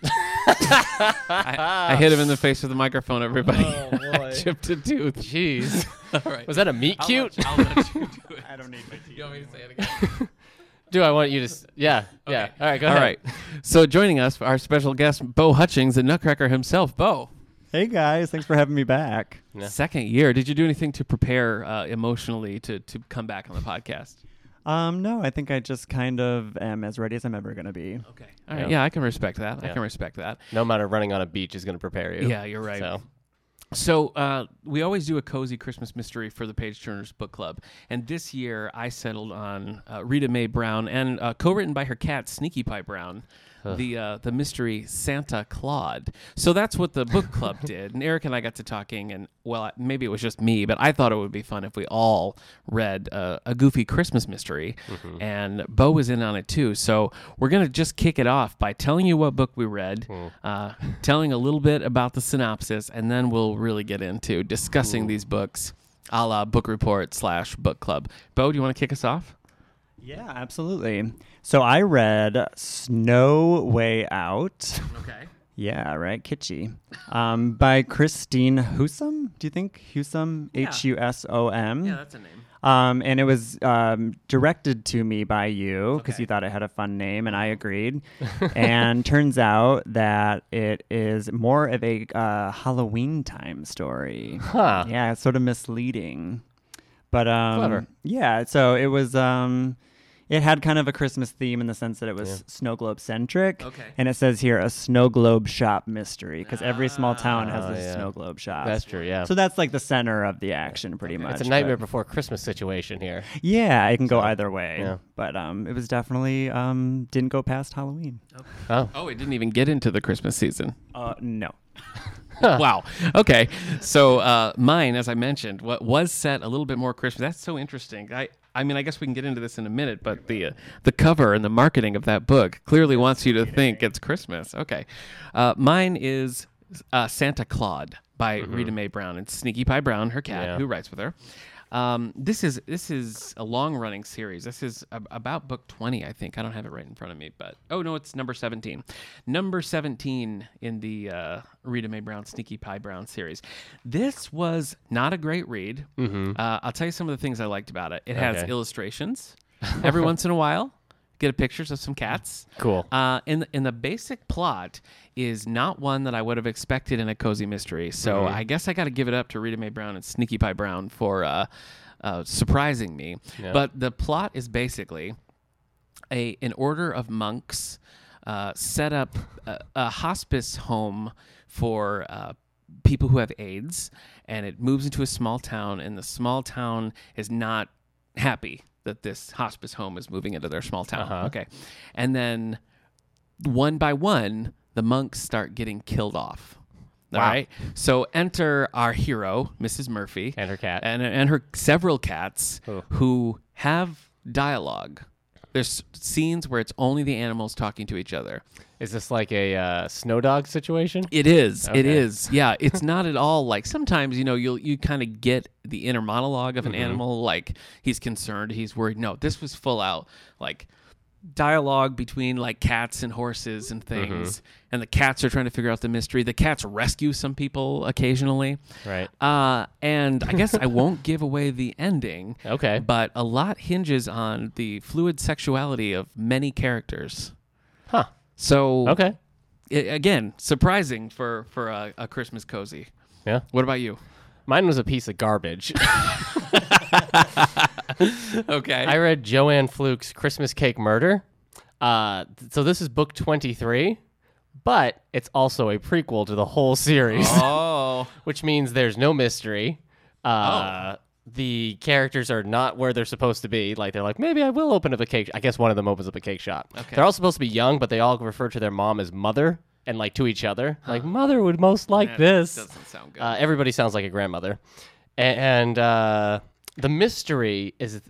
B: I, I hit him in the face with the microphone, everybody.
A: Oh,
B: *laughs* I
A: boy.
B: chipped a tooth. Jeez. All
A: *laughs*
B: right.
A: Was that a meat cute?
B: I'll let, I'll let you do it.
C: I don't need my teeth.
B: You want me to say it again?
A: Do I want you to? s-
B: *laughs*
A: Yeah. Yeah.
B: Okay.
A: All right. Go
B: All
A: ahead.
B: right. So joining us, our special guest, Bo Hutchings, the Nutcracker himself. Bo,
C: Hey guys, thanks for having me back.
A: Yeah.
B: second year. Did you do anything to prepare uh, emotionally to, to come back on the podcast?
C: Um, no, I think I just kind of am as ready as I'm ever gonna be.
B: Okay. All right. Yeah,
A: Yeah.
B: I can respect that. I
A: Yeah.
B: can respect that.
A: No amount of running on a beach is going to prepare you.
B: Yeah, you're right.
A: So
B: So uh, we always do a cozy Christmas mystery for the Page Turners Book Club, and this year I settled on uh, Rita Mae Brown and uh, co-written by her cat Sneaky Pie Brown, the uh, the mystery Santa Claude. So that's what the
A: *laughs*
B: book club did, and Eric and I got to talking, and well, maybe it was just me, but I thought it would be fun if we all read uh, a goofy Christmas mystery, and Bo was in on it too. So we're gonna just kick it off by telling you what book we read, uh, telling a little bit about the synopsis, and then we'll really get into discussing these books, a la book report slash book club. Bo, do you want to kick us off?
C: Yeah, absolutely. So I read Snow Way Out.
B: Okay.
C: Yeah, right, kitschy. Um, by Christine Husum. Do you think Husum?
B: Yeah.
C: H U S O M.
B: Yeah, that's a name.
C: Um, and it was um, directed to me by you because
B: Okay.
C: you thought it had a fun name, and I
A: Uh-huh. *laughs*
C: agreed. and turns out that it is more of a uh, Halloween time story.
A: Huh.
C: Yeah, it's sort of misleading. But um,
A: Clever.
C: yeah, so it was. Um, it had kind of a Christmas theme in the sense that it was snow globe centric.
B: Okay.
C: And it says here a snow globe shop mystery because every small town has
A: Ah.
C: a
A: Oh, yeah.
C: snow globe shop.
A: That's true. Yeah.
C: so that's like the center of the action, pretty much.
A: it's a
C: but-
A: nightmare before Christmas situation here.
C: yeah, it can go either way.
A: yeah.
C: But um, it was definitely um, didn't go past Halloween.
A: Oh,
B: Oh, it didn't even get into the Christmas season.
C: Uh, no.
B: wow. Okay. So uh, mine, as I mentioned, what was set a little bit more Christmas. That's so interesting. I, I mean, I guess we can get into this in a minute, but the uh, the cover and the marketing of that book clearly wants you to think it's Christmas. Okay. Uh, mine is uh, Santa Claude by Rita Mae Brown and Sneaky Pie Brown, her cat,
A: Yeah.
B: who writes with her. Um, this is this is a long running series. This is ab- about book twenty, I think. I don't have it right in front of me, but oh no, it's number seventeen. Number seventeen in the uh, Rita Mae Brown Sneaky Pie Brown series. This was not a great read. Uh, I'll tell you some of the things I liked about it. It has
A: Mm-hmm. Okay.
B: illustrations
A: *laughs*
B: every once in a while. Get pictures of some cats.
A: Cool.
B: Uh, and and the basic plot is not one that I would have expected in a cozy mystery. So I guess I got to give it up to Rita Mae Brown and Sneaky Pie Brown for uh, uh, surprising me. But the plot is basically a an order of monks uh, set up a, a hospice home for uh, people who have AIDS, and it moves into a small town, and the small town is not happy that this hospice home is moving into their small town. Okay, and then one by one, the monks start getting killed off. All right.
A: Wow.
B: So enter our hero, Mrs. Murphy,
A: And her cat. *laughs*
B: and and her several cats
A: Oh.
B: who have dialogue. There's scenes where it's only the animals talking to each other.
A: is this like a uh, snow dog *laughs* situation?
B: It is. It
A: Okay.
B: is. Yeah. It's not at all like sometimes you know you'll you kind of get the inner monologue
A: Mm-hmm.
B: of an animal like he's concerned, he's worried. No, this was full out like dialogue between like cats and horses and
A: Mm-hmm.
B: things and the cats are trying to figure out the mystery the cats rescue some people occasionally
A: Right.
B: uh, and i guess i won't give away the
A: *laughs*
B: ending
A: Okay.
B: but a lot hinges on the fluid sexuality of many characters.
A: Huh.
B: So
A: Okay.
B: i- again, surprising for for a, a Christmas cozy.
A: Yeah.
B: What about you?
A: Mine was a piece of garbage.
B: *laughs* Okay.
A: I read Joanne Fluke's Christmas Cake Murder. Uh, th- so this is book 23, but it's also a prequel to the whole series,
B: *laughs* oh.
A: *laughs* which means there's no mystery. Uh, The characters are not where they're supposed to be. Like they're like, maybe I will open up a cake. I guess one of them opens up a cake shop.
B: Okay.
A: They're all supposed to be young, but they all refer to their mom as mother and like to each other. Like mother would most like
B: That
A: this.
B: doesn't sound good.
A: Uh, everybody sounds like a grandmother. A- And uh, the mystery is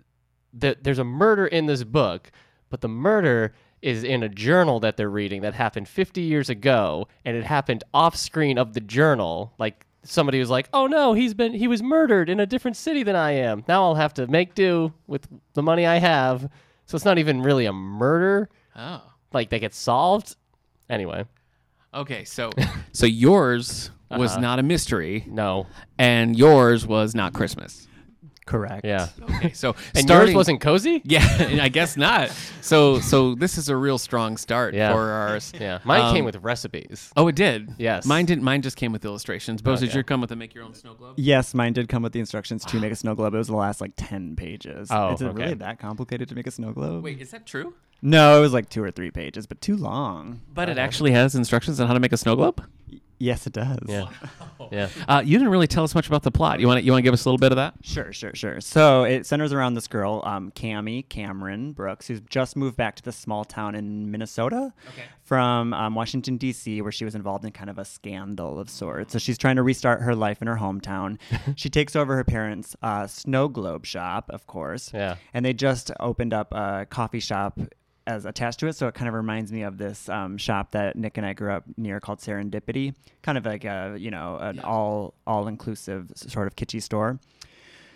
A: that there's a murder in this book, but the murder is in a journal that they're reading that happened 50 years ago, and it happened off screen of the journal. Like somebody was like, "Oh no, he's been he was murdered in a different city than I am. Now I'll have to make do with the money I have." So it's not even really a murder.
B: oh.
A: Like that gets solved. Anyway, *laughs*
B: Okay. So so yours was
A: Uh-huh.
B: not a mystery,
A: no,
B: and yours was not Christmas.
C: Correct.
A: yeah.
B: Okay. *laughs* So
A: And yours
B: starting-
A: wasn't cozy.
B: Yeah, I guess not. So so this is a real strong start
A: Yeah.
B: for ours.
A: Yeah, mine
B: Um,
A: came with recipes.
B: Oh, it did.
A: Yes.
B: Mine didn't. Mine just came with illustrations. Bose, did
A: Okay.
B: you come with a make your own snow globe?
C: Yes, mine did come with the instructions to make a snow globe. It was the last like ten pages.
A: Oh,
C: is it
A: okay.
C: really that complicated to make a snow globe?
B: Wait, is that true?
C: No, it was like two or three pages, but too long.
B: Uh, But it actually has instructions on how to make a snow globe.
C: Yes, it does.
A: Yeah. *laughs* Yeah.
B: Uh, you didn't really tell us much about the plot. You want to you want to give us a little bit of that?
C: Sure, sure, sure. So it centers around this girl, um, Cammie Cameron Brooks, who's just moved back to this small town in Minnesota
B: Okay.
C: from um, Washington, D.C., where she was involved in kind of a scandal of sorts. So she's trying to restart her life in her hometown. she takes over her parents' uh, snow globe shop, of course.
A: Yeah.
C: And they just opened up a coffee shop as attached to it. So it kind of reminds me of this um, shop that Nick and I grew up near called Serendipity, kind of like a, you know, an all all inclusive sort of kitschy store.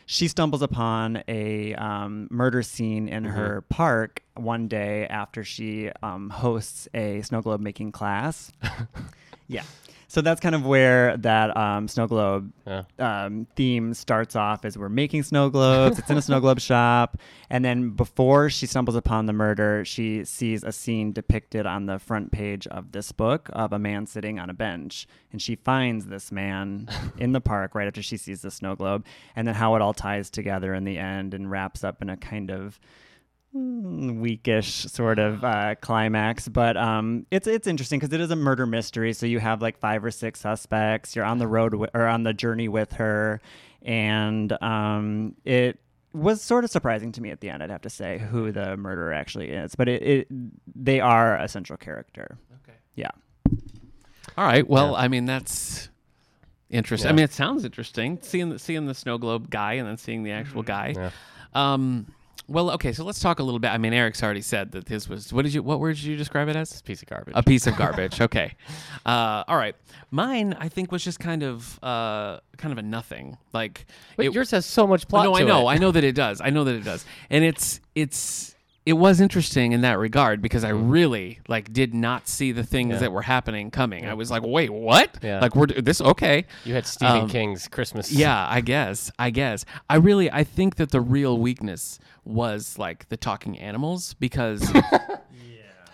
C: She stumbles upon a um, murder scene in her park one day after she um, hosts a snow globe making class. yeah. So that's kind of where that um, snow globe
A: Yeah.
C: um, theme starts off as we're making snow globes. It's in a snow globe shop. And then before she stumbles upon the murder, she sees a scene depicted on the front page of this book of a man sitting on a bench. And she finds this man in the park right after she sees the snow globe. And then how it all ties together in the end and wraps up in a kind of mm, weakish sort of uh, climax, but um, it's it's interesting because it is a murder mystery. So you have like five or six suspects. You're on the road wi- or on the journey with her, and um, it was sort of surprising to me at the end. I'd have to say who the murderer actually is, but it, it they are a central character.
B: Okay.
C: Yeah.
B: All right. Well, I mean that's interesting. I
A: Yeah.
B: mean it sounds interesting seeing the, seeing the snow globe guy and then seeing the actual guy.
A: Yeah.
B: Um. Well, okay. So let's talk a little bit. I mean, Eric's already said that his was. What did you? What words did you describe it as?
A: Piece of garbage.
B: A piece of garbage. okay. Uh, all right. Mine, I think, was just kind of uh, kind of a nothing. Like
A: but
B: it-
A: yours has so much plot.
B: no, I
A: to
B: know,
A: it.
B: I know that it does. I know that it does, and it's it's it was interesting in that regard because I really like did not see the things
A: Mm-hmm. Yeah.
B: that were happening coming. I was like, wait, what?
A: Yeah.
B: Like we're d- this okay?
A: You had Stephen
B: Um,
A: King's Christmas.
B: Yeah, I guess. I guess. I really I think that the real weakness was like the talking animals because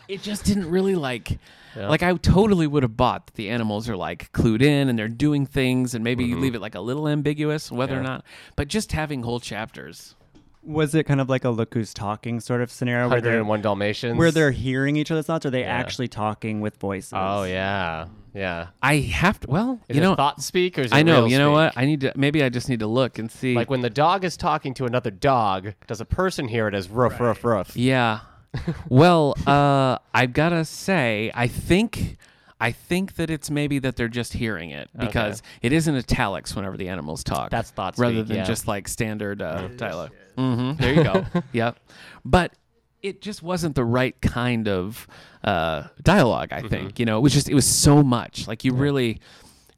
B: it just didn't really like like I totally would have bought that the animals are like clued in and they're doing things and maybe
A: Mm-hmm.
B: you leave it like a little ambiguous whether or not but just having whole chapters.
C: Was it kind of like a look who's talking sort of scenario where they're
A: 101 Dalmatians.
C: where they're hearing each other's thoughts? Or are they actually talking with voices?
A: Oh yeah, yeah.
B: I have to well,
A: Is
B: you
A: it
B: know
A: thought speak or is it
B: I know,
A: real
B: you know
A: speak?
B: what? I need to maybe I just need to look and see
A: Like when the dog is talking to another dog, does a person hear it as roof, roof, roof?
B: Yeah.
A: *laughs*
B: well, uh, I've gotta say, I think, I think that it's maybe that they're just hearing it because it is in italics whenever the animals talk.
A: That's thought
B: rather
A: speak,
B: than
A: yeah. Mm-hmm.
B: just like standard uh, dialogue. hmm There you go. yep. But it just wasn't the right kind of uh, dialogue. I
A: Mm-hmm.
B: think you know it was just it was so much like you really.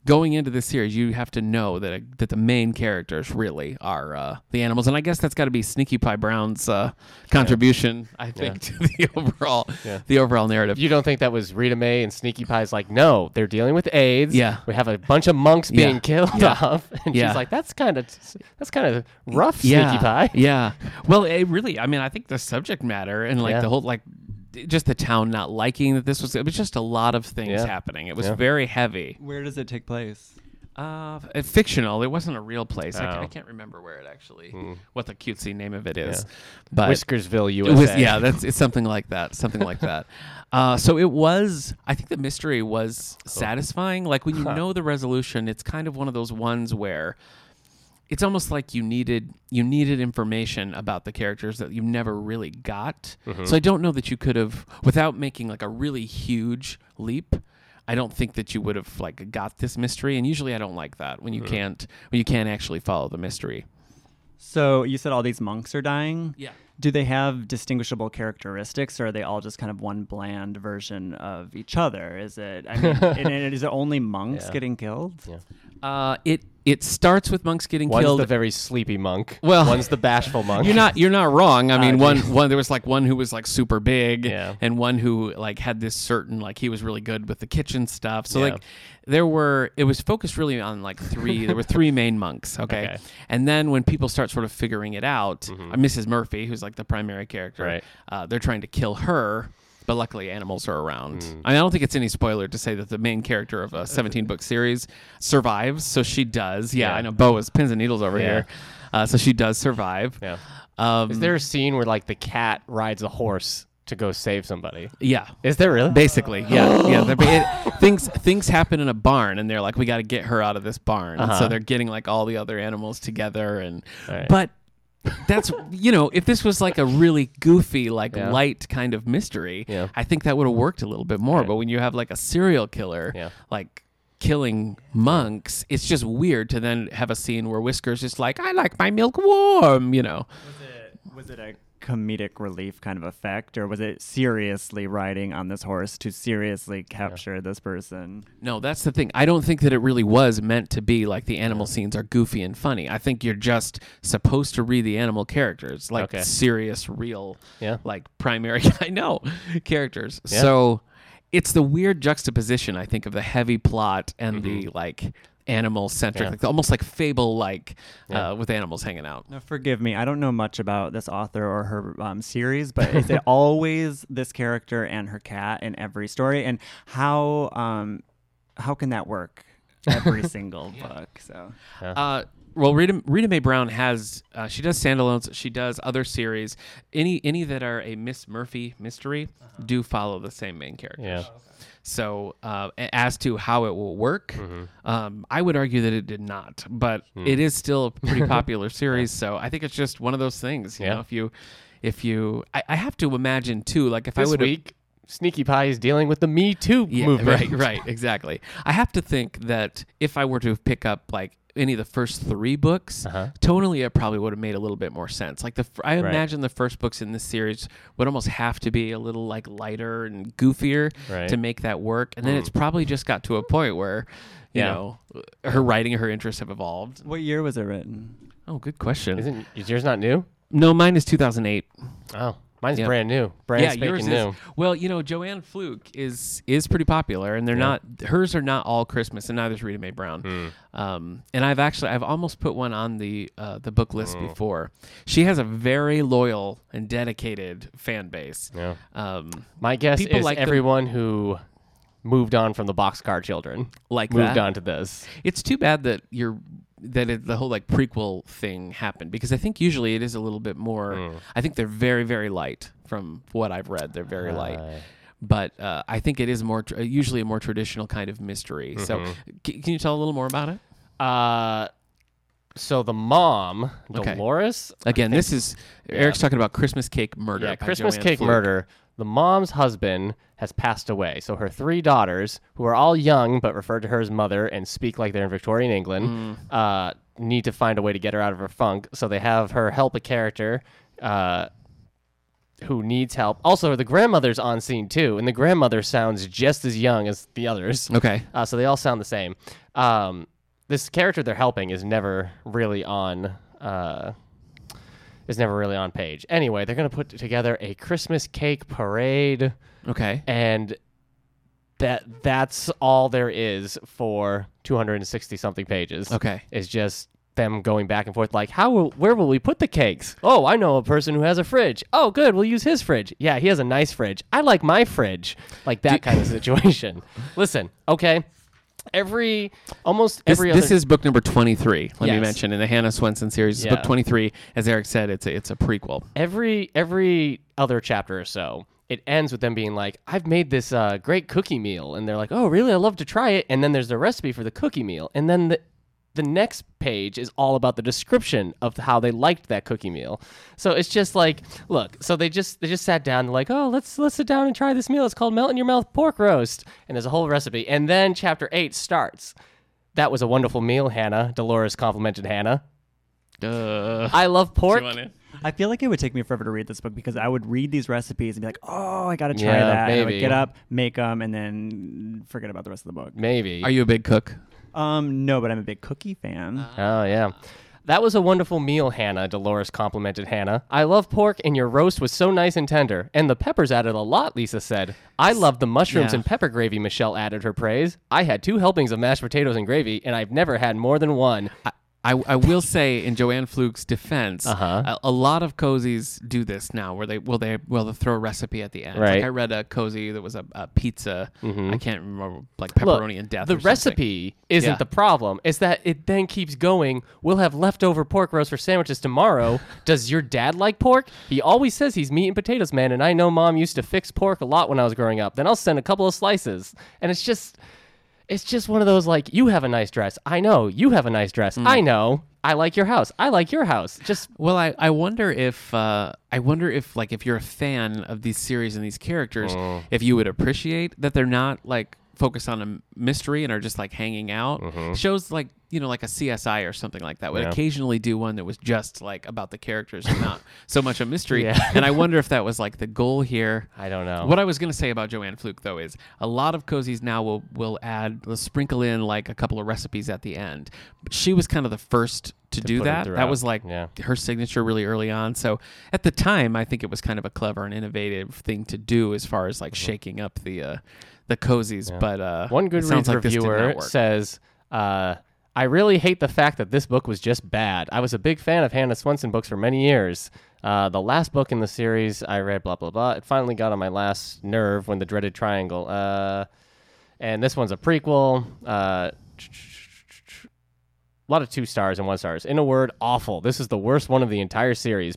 B: Going into this series, you have to know that that the main characters really are uh, the animals, and I guess that's got to be Sneaky Pie Brown's uh, contribution, I think, *laughs* to the overall the overall
A: *laughs*
B: narrative.
A: You don't think that was Rita Mae and Sneaky Pie's like, no, they're dealing with AIDS.
B: Yeah.
A: We have a bunch of monks
B: Yeah.
A: being killed *laughs* off. And
B: Yeah.
A: she's like, that's kind of that's kind of rough,
B: yeah,
A: Sneaky Pie.
B: Yeah. Well, it really, I mean, I think the subject matter and like
A: Yeah.
B: the whole like d- just the town not liking that this was it was just a lot of things
A: Yeah.
B: happening. It was
A: Yeah.
B: very heavy.
C: Where does it take place?
B: Uh, f- fictional. It wasn't a real place. I, ca-
A: Oh. Hmm.
B: I can't remember where it actually what the cutesy name of it is.
A: Yeah.
B: But
A: Whiskersville, USA.
B: It was, yeah, that's it's something like that, something like
A: *laughs*
B: that. Uh, so it was. I think the mystery was
A: Oh.
B: satisfying. Like when you know the resolution, it's kind of one of those ones where it's almost like you needed you needed information about the characters that you never really got.
A: Mm-hmm.
B: So I don't know that you could have without making like a really huge leap. I don't think that you would have like got this mystery, and usually I don't like that when you
A: Mm-hmm.
B: can't when you can't actually follow the mystery.
C: So you said all these monks are dying.
B: Yeah.
C: Do they have distinguishable characteristics, or are they all just kind of one bland version of each other? Is it? I mean, and, and is it only monks getting killed?
B: Uh, it it starts with monks getting
A: One's
B: killed
A: the very sleepy monk.
B: Well-
A: one's the *laughs* bashful monk.
B: You're not you're not
A: *laughs*
B: wrong. I mean,
A: okay.
B: one one there was like one who was like super big,
A: Uh, Yeah.
B: and one who like had this certain like he was really good with the kitchen stuff. So
A: Yeah.
B: like there were it was focused really on like three. there were three
A: *laughs*
B: main monks. Okay?
A: Okay. Mm-hmm.
B: and then when people start sort of figuring it out, uh, Mrs. Murphy, who's like the primary character,
A: Right.
B: uh, they're trying to kill her. But luckily, animals are around.
A: Mm.
B: I, mean, I don't think it's any spoiler to say that the main character of a 17 book series survives. So she does. Yeah,
A: Yeah.
B: I know. Bo is pins and needles over
A: Yeah.
B: here. Uh, so she does survive.
A: Yeah.
B: Um,
A: Is there a scene where like the cat rides a horse to go save somebody.
B: Yeah.
A: Is there really?
B: Basically, yeah, yeah. they're-
A: *laughs*
B: It, things things happen in a barn, and they're like, "We got to get her out of this barn." And
A: Uh-huh.
B: so they're getting like all the other animals together, and
A: Alright.
B: but that's you know, if this was like a really goofy, like
A: Yeah.
B: light kind of mystery,
A: Yeah.
B: I think that would have worked a little bit more.
A: Right.
B: But when you have like a serial killer,
A: Yeah.
B: like killing monks, it's just weird to then have a scene where Whiskers just like, "I like my milk warm," you know.
C: Was it a comedic relief kind of effect, or was it seriously riding on this horse to seriously capture this person?
B: No, that's the thing. I don't think that it really was meant to be like the animal scenes are goofy and funny. I think you're just supposed to read the animal characters, like
A: Okay.
B: serious, real,
A: Yeah.
B: like primary, *laughs* I know, characters. So it's the weird juxtaposition, I think, of the heavy plot and the like animal centric,
A: Mm-hmm. Yeah.
B: like, almost like fable like uh, with animals hanging out.
C: Now, forgive me. I don't know much about this author or her um, series, but is it always this character and her cat in every story? And how um, how can that work? Every single book. So
B: Uh, well, Rita, Rita Mae Brown has uh, she does standalones. She does other series. Any any that are a Miss Murphy mystery do follow the same main characters.
A: Uh-huh. Yeah.
B: So uh, a- as to how it will work,
A: Mm-hmm.
B: um, I would argue that it did not, but
A: Hmm.
B: it is still a
A: *laughs*
B: pretty popular series. So I think it's just one of those things. You
A: Yeah.
B: know, if you if you, I, I have to imagine too. Like if I
A: This
B: would
A: week, Sneaky Pie is dealing with the Me Too
B: yeah,
A: movement. *laughs*
B: Right, right, exactly. I have to think that if I were to pick up like any of the first three books,
A: Uh-huh.
B: tonally it probably would have made a little bit more sense. Like the, fir- I imagine the first books in this series would almost have to be a little like lighter and goofier
A: Right. Mm.
B: to make that work, and then it's probably just got to a point where, you
A: Yeah.
B: know, her writing, her interests have evolved.
C: what year was it written?
B: Oh, good question.
A: Isn't is yours not new?
B: no, mine is 2008.
A: Oh, mine's
B: Yeah.
A: brand new. Brand
B: yeah,
A: spanking
B: yours
A: new.
B: is. Well, you know, Joanne Fluke is is pretty popular, and they're not hers are not all Christmas, and neither is Rita Mae Brown.
A: Hmm.
B: Um, and I've actually I've almost put one on the uh, the book list
A: Oh.
B: before. She has a very loyal and dedicated fan base.
A: Yeah.
B: Um,
A: My guess
B: People
A: is
B: like the-
A: everyone who moved on from the Boxcar Children
B: like
A: moved
B: that.
A: on to this.
B: It's too bad that you're that it, the whole like prequel thing happened because I think usually it is a little bit more.
A: Hmm.
B: I think they're very very light from what I've read. They're very light,
A: Uh,
B: but uh, I think it is more tr- usually a more traditional kind of mystery. So
A: Mm-hmm.
B: c- can you tell a little more about it?
A: Uh, so the mom,
B: Okay.
A: Dolores,
B: Again, this is Eric's talking about Christmas cake murder.
A: yeah,
B: by
A: Christmas
B: Joanne
A: cake
B: Fluke.
A: murder. The mom's husband has passed away, so her three daughters, who are all young but refer to her as mother and speak like they're in Victorian
B: Mm.
A: England, uh, need to find a way to get her out of her funk. So they have her help a character. Uh, who needs help? Also, the grandmother's on scene too, and the grandmother sounds just as young as the others.
B: Okay.
A: Uh, so they all sound the same. Um, this character they're helping is never really on. Uh, is never really on page. Anyway, they're gonna put together a Christmas cake parade,
B: Okay.
A: and that that's all there is for 260 something pages.
B: Okay.
A: is just them going back and forth like how will, where will we put the cakes oh i know a person who has a fridge oh good we'll use his fridge yeah he has a nice fridge i like my fridge like that kind of situation *laughs* listen okay every almost
B: This,
A: every
B: this
A: other
B: is book number 23, let me
A: Yes.
B: mention, in the Hannah Swenson series. It's
A: Yeah.
B: Book 23, as Eric said, it's a, it's a prequel.
A: every every other chapter or so it ends with them being like i've made this uh, great cookie meal and they're like oh really i love to try it and then there's the recipe for the cookie meal and then the the next page is all about the description of how they liked that cookie meal so it's just like look so they just they just sat down they're like oh let's let's sit down and try this meal it's called melt in your mouth pork roast and there's a whole recipe and then chapter 8 starts that was a wonderful meal hannah dolores complimented hannah
B: Duh.
A: i love pork
C: I feel like it would take me forever to read this book because I would read these recipes and be like, "Oh, I gotta try
A: Yeah,
C: that." And I
A: maybe.
C: would get up, make them, and then forget about the rest of the book.
A: maybe
B: Are you a big cook?
C: Um, no, but I'm a big cookie fan.
A: Oh yeah. That was a wonderful meal, Hannah, Dolores complimented Hannah. I love pork, and your roast was so nice and tender. And the peppers added a lot, Lisa said. I love the mushrooms
B: Yeah.
A: and pepper gravy, Michelle added her praise. I had two helpings of mashed potatoes and gravy, and I've never had more than one.
B: I, I, I will say in Joanne Fluke's defense,
A: Uh-huh.
B: a, a lot of cozies do this now, where they will they will they throw a recipe at the end.
A: Right. Mm-hmm.
B: Like I read a cozy that was a, a pizza. I can't remember like
A: Look,
B: pepperoni and death.
A: The
B: or something.
A: recipe isn't
B: Yeah.
A: the problem. It's that it then keeps going. We'll have leftover pork roast for sandwiches
B: *laughs*
A: tomorrow. Does your dad like pork? He always says he's meat and potatoes man, and I know mom used to fix pork a lot when I was growing up. Then I'll send a couple of slices, and it's just, it's just one of those like you have a nice dress. I know you have a nice dress.
B: Mm.
A: I know. I like your house. I like your house. Just
B: Well, I, I wonder if uh, I wonder if like if you're a fan of these series and these characters, if you would appreciate that they're not like focused on a m- mystery and are just like hanging out. Shows like you know like a CSI or something like that would occasionally do one that was just like about the characters and not so much a mystery.
A: Yeah.
B: And I wonder if that was like the goal here.
A: I don't know.
B: What I was gonna say about Joanne Fluke though is a lot of cozies now will will add will sprinkle in like a couple of recipes at the end. But she was kind of the first to, do
A: put it
B: that.
A: throughout.
B: That was like
A: Yeah.
B: her signature really early on. So at the time, I think it was kind of a clever and innovative thing to do as far as like shaking up the uh, the cozies. But uh,
A: Mm-hmm. One
B: it sounds
A: Goodreads
B: like this did not
A: reviewer
B: work.
A: says, uh, I really hate the fact that this book was just bad. I was a big fan of Hannah Swenson books for many years. Uh, the last book in the series I read, blah, blah, blah. It finally got on my last nerve when the dreaded triangle. Uh, and this one's a prequel. Uh, a lot of two stars and one stars. In a word, awful. This is the worst one of the entire series.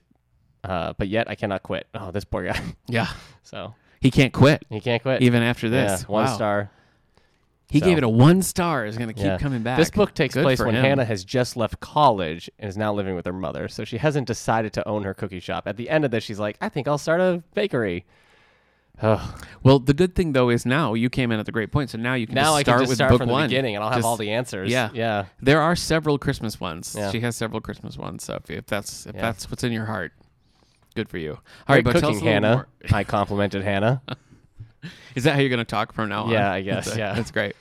A: Uh, but yet I cannot quit. Oh, this poor guy.
B: yeah,
A: *laughs* So
B: he can't quit
A: he can't quit.
B: even after
A: Yeah,
B: this.
A: one
B: Wow.
A: star.
B: He
A: So-
B: gave it a one star. Is going to keep
A: Yeah.
B: coming back.
A: This book takes
B: Good
A: place
B: for
A: when
B: him.
A: Hannah has just left college and is now living with her mother. So she hasn't decided to own her cookie shop. At the end of this, she's like, I think I'll start a *sighs* bakery. Ugh.
B: Well, the good thing though is now you came in at the great point, so now you can
A: now
B: just
A: I
B: start
A: can just
B: with
A: start
B: book
A: from
B: one.
A: the beginning and I'll have
B: Just-
A: all the answers.
B: yeah.
A: Yeah.
B: There are several Christmas ones.
A: Yeah.
B: She has several Christmas ones. So if, if that's if
A: Yeah.
B: that's what's in your heart, good for you. All
A: Great
B: right, but tell us
A: cooking,
B: a little
A: Hannah. *laughs*
B: more.
A: I complimented Hannah.
B: Is that how you're going to talk from now on?
A: Yeah, I guess,
B: That's-
A: yeah.
B: that's great.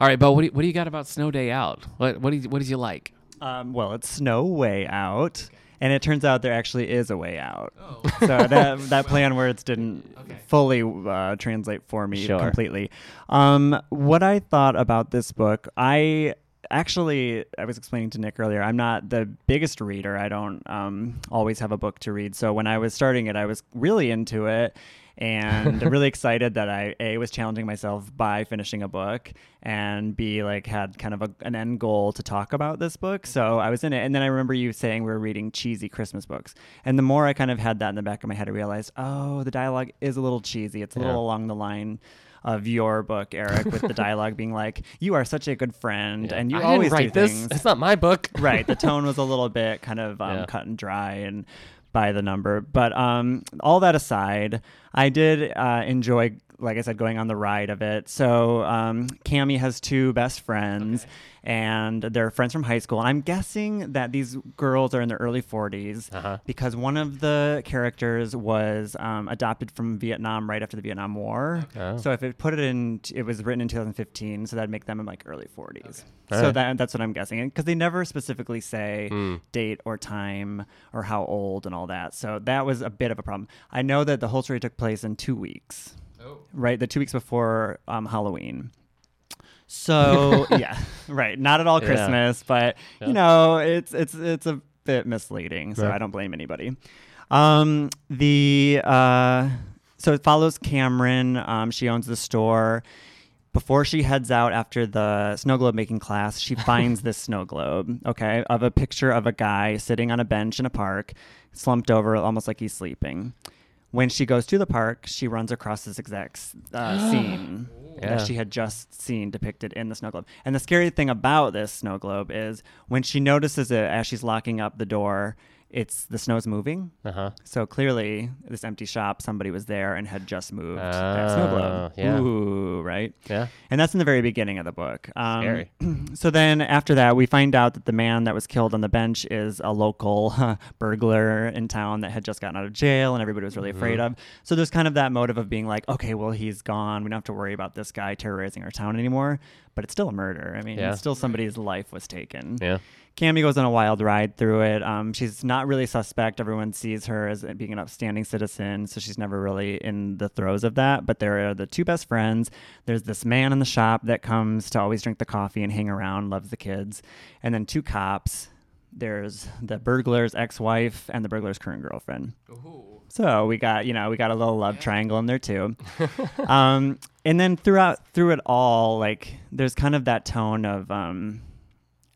B: All right, but what do you, what do you got about Snow Day Out? What what do you, what did you like?
C: Um, well, it's Snow Way Out, and it turns out there actually is a way out. So that that play on words didn't fully uh, translate for me
A: Sure.
C: completely. Um, what I thought about this book, I actually I was explaining to Nick earlier. I'm not the biggest reader. I don't um, always have a book to read. So when I was starting it, I was really into it. and really excited that I a was challenging myself by finishing a book and b like had kind of a, an end goal to talk about this book. So I was in it, and then I remember you saying we were reading cheesy Christmas books, and the more I kind of had that in the back of my head, I realized oh the dialogue is a little cheesy. It's a little along the line. Of your book, Eric, with the dialogue being like, "You are such a good friend, *laughs* and you
A: I
C: always
A: didn't write
C: do
A: this.
C: things."
A: It's not my book.
C: *laughs* right the tone was a little bit kind of um,
A: Yeah.
C: cut and dry and by the number but um, all that aside i did uh, enjoy like i said going on the ride of it so um, cami has two best friends and they're friends from high school and i'm guessing that these girls are in their early 40s because one of the characters was um, adopted from vietnam right after the vietnam war so if it put it in it was written in 2015 so that'd make them in like early 40s so
A: Alright.
C: that, that's what I'm guessing. Because they never specifically say date or time or how old and all that. So that was a bit of a problem. I know that the whole story took place in two weeks, right? The two weeks before um, Halloween. So yeah, right. Not at all
A: Yeah.
C: Christmas, but you know, it's it's it's a bit misleading. So I don't blame anybody. Um, the uh, so it follows Cameron. Um, she owns the store. Before she heads out after the snow globe making class, she finds this snow globe, okay, of a picture of a guy sitting on a bench in a park, slumped over, almost like he's sleeping. When she goes to the park, she runs across this exact s- uh, scene
A: Yeah.
C: that she had just seen depicted in the snow globe. And the scary thing about this snow globe is when she notices it as she's locking up the door, it's the snow's moving.
A: *laughs* Uh-huh.
C: So clearly, this empty shop, somebody was there and had just moved that
A: Oh,
C: snow globe.
A: yeah.
C: Ooh, right?
A: Yeah.
C: And that's in the very beginning of the book. Um,
A: Scary.
C: *clears throat* So then after that, we find out that the man that was killed on the bench is a local *laughs* burglar in town that had just gotten out of jail and everybody was really
A: Mm-hmm.
C: afraid of. So there's kind of that motive of being like, okay, well, he's gone. We don't have to worry about this guy terrorizing our town anymore. But it's still a murder. I mean,
A: Yeah.
C: it's still somebody's life was taken.
A: Yeah.
C: Cammy goes on a wild ride through it. Um, she's not really suspect. Everyone sees her as being an upstanding citizen, so she's never really in the throes of that. But there are the two best friends. There's this man in the shop that comes to always drink the coffee and hang around, loves the kids, and then two cops There's the burglar's ex-wife and the burglar's current girlfriend.
B: Ooh.
C: So we got, you know, we got a little love triangle in there too. um, and then throughout through it all, like there's kind of that tone of um,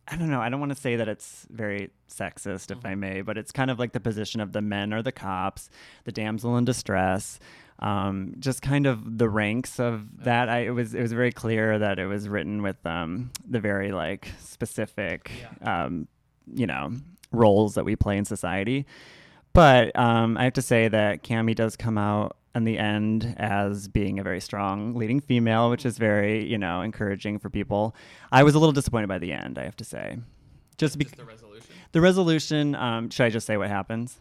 C: I don't know, I don't want to say that it's very sexist, if I may, but it's kind of like the position of the men are the cops, the damsel in distress. Um, just kind of the ranks of that. I, it was it was very clear that it was written with um, the very like specific, um, you know, roles that we play in society. But um, I have to say that Cammy does come out in the end as being a very strong leading female, which is very, you know, encouraging for people. I was a little disappointed by the end, I have to say. Just, be-
B: The resolution.
C: the resolution, um, should I just say what happens?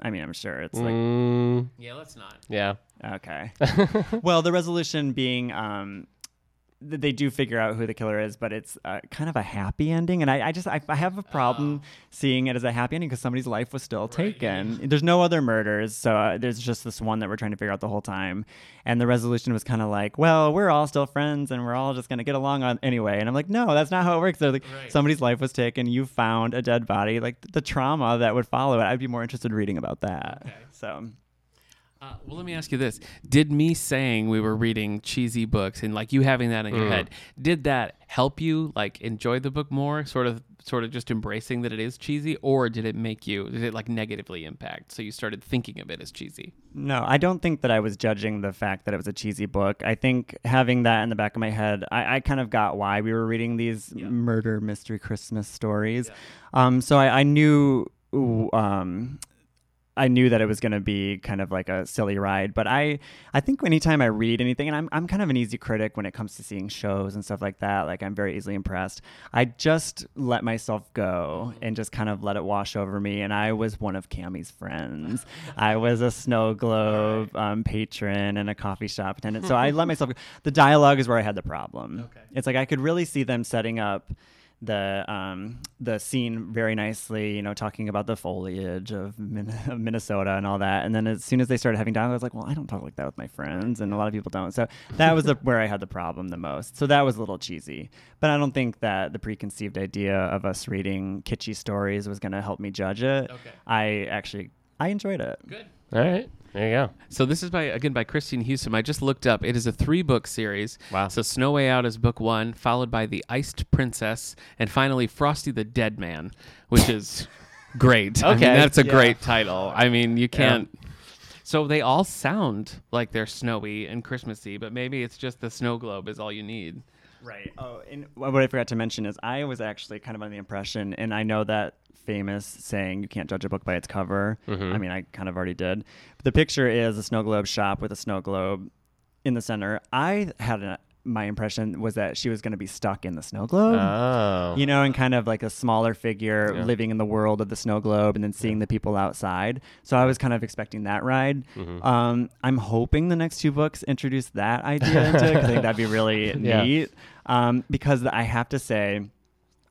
C: I mean, I'm sure it's like
A: Mm,
B: Yeah, let's not.
A: yeah.
C: Okay. well, the resolution being um, th- they do figure out who the killer is, but it's uh, kind of a happy ending. And I, I just, I, I have a problem seeing it as a happy ending because somebody's life was still taken. There's no other murders. So uh, there's just this one that we're trying to figure out the whole time. And the resolution was kind of like, well, we're all still friends and we're all just going to get along on anyway. And I'm like, no, that's not how it works. They're like, somebody's life was taken. You found a dead body. Like th- the trauma that would follow it. I'd be more interested in reading about that. So.
B: Uh, well, let me ask you this: Did me saying we were reading cheesy books and like you having that in your head, did that help you like enjoy the book more? Sort of, sort of just embracing that it is cheesy, or did it make you? Did it like negatively impact? So you started thinking of it as cheesy.
C: No, I don't think that I was judging the fact that it was a cheesy book. I think having that in the back of my head, I, I kind of got why we were reading these murder mystery Christmas stories. Um, so I, I knew. ooh, Um, I knew that it was going to be kind of like a silly ride, but I, I think anytime I read anything, and I'm, I'm kind of an easy critic when it comes to seeing shows and stuff like that. Like I'm very easily impressed. I just let myself go and just kind of let it wash over me. And I was one of Cammy's friends. I was a snow globe um, patron and a coffee shop attendant. So I let myself. Go. The dialogue is where I had the problem. Okay. It's like I could really see them setting up the um, the scene very nicely, you know, talking about the foliage of, Min- *laughs* of Minnesota and all that. And then as soon as they started having dialogue, I was like, well, I don't talk like that with my friends, and a lot of people don't. So that was the, *laughs* where I had the problem the most. So that was a little cheesy, but I don't think that the preconceived idea of us reading kitschy stories was going to help me judge it.
B: Okay.
C: I actually I enjoyed it.
B: Good.
A: All right. There you go.
B: So this is by again by Christine Houston. I just looked up. It is a three book series.
A: Wow.
B: So Snow Way Out is book one, followed by The Iced Princess, and finally Frosty the Dead Man,
A: *laughs*
B: which is great. I mean,
A: Okay.
B: that's a
A: Yeah.
B: great title. I mean, you can't. So they all sound like they're snowy and Christmassy, but maybe it's just the snow globe is all you need.
C: Right. Oh, and wh- what I forgot to mention is I was actually kind of under the impression, and I know that famous saying, you can't judge a book by its cover. I mean, I kind of already did. But the picture is a snow globe shop with a snow globe in the center. I had a, my impression was that she was going to be stuck in the snow globe.
A: Oh.
C: Um, You know, and kind of like a smaller figure living in the world of the snow globe and then seeing the people outside. So I was kind of expecting that ride.
A: Mm-hmm.
C: Um, I'm hoping the next two books introduce that idea into it 'cause I think that'd
A: *laughs*
C: be really
A: Yeah.
C: neat. Um, because I have to say,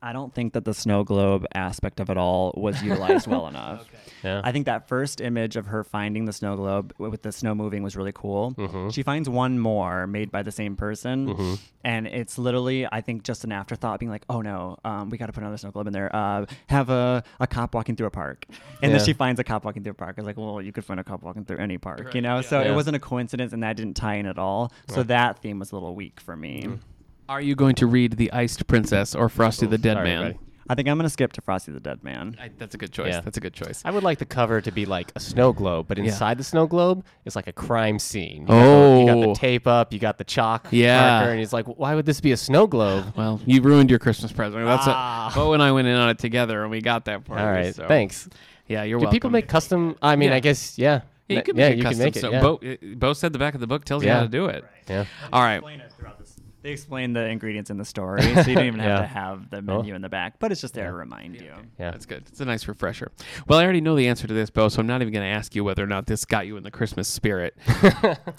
C: I don't think that the snow globe aspect of it all was
A: *laughs*
C: utilized well enough.
A: Yeah.
C: I think that first image of her finding the snow globe w- with the snow moving was really cool.
A: Mm-hmm.
C: She finds one more made by the same person, and it's literally, I think, just an afterthought, being like, "Oh no, um, we got to put another snow globe in there. Uh, have a, a cop walking through a park." And
A: Yeah.
C: then she finds a cop walking through a park. It's like, well, you could find a cop walking through any park, you know. So
A: Yeah.
C: it wasn't a coincidence, and that didn't tie in at all. So that theme was a little weak for me.
A: Mm.
B: Are you going to read The Iced Princess or Frosty the Dead
A: Sorry,
B: Man?
A: buddy.
C: I think I'm gonna skip to Frosty the Dead Man.
B: I, that's a good choice.
A: Yeah.
B: That's a good choice.
A: I would like the cover to be like a snow globe, but inside the snow globe is like a crime scene. You got the, you got
B: Oh.
A: the tape up, you got the chalk
B: Yeah.
A: marker, and he's like, "Why would this be a snow globe?"
B: *laughs* Well, you ruined your Christmas present. That's
A: Ah.
B: what Bo and I went in on it together, and we got that part.
A: All right,
B: so-
A: thanks.
B: Yeah, you're
A: Do
B: welcome.
A: people make custom? I mean,
B: Yeah.
A: I guess yeah.
B: Yeah, you
A: N-
B: can
A: yeah,
B: make it
A: you
B: custom.
A: can make it.
B: so
A: yeah.
B: Bo, it- Bo said the back of the book tells you
A: Yeah.
B: how to do it.
A: yeah.
B: All right.
C: explain it throughout this. They explain the ingredients in the story, so you don't even have
A: *laughs* Yeah.
C: to have the menu in the back, but it's just there to remind you.
A: Yeah.
B: That's good. It's a nice refresher. Well, I already know the answer to this, Bo, so I'm not even going to ask you whether or not this got you in the Christmas
A: *laughs*
B: spirit.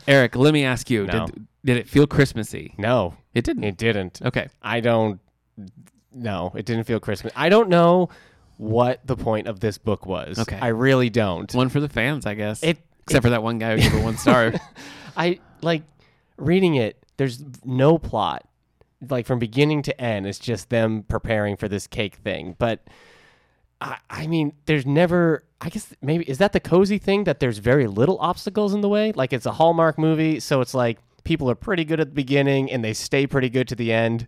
B: Eric, let me ask you
A: No.
B: did, did it feel Christmassy?
A: No,
B: It didn't.
A: it didn't.
B: okay.
A: I don't. No, it didn't feel Christmas. I don't know what the point of this book was.
B: Okay.
A: I really don't.
B: One for the fans, I guess.
A: It-
B: Except for that one guy who gave it
A: *laughs*
B: one star.
A: I like reading it. There's no plot. Like from beginning to end, it's just them preparing for this cake thing. But I, I mean, there's never. I guess maybe is that the cozy thing that there's very little obstacles in the way. Like it's a Hallmark movie, so it's like people are pretty good at the beginning and they stay pretty good to the end.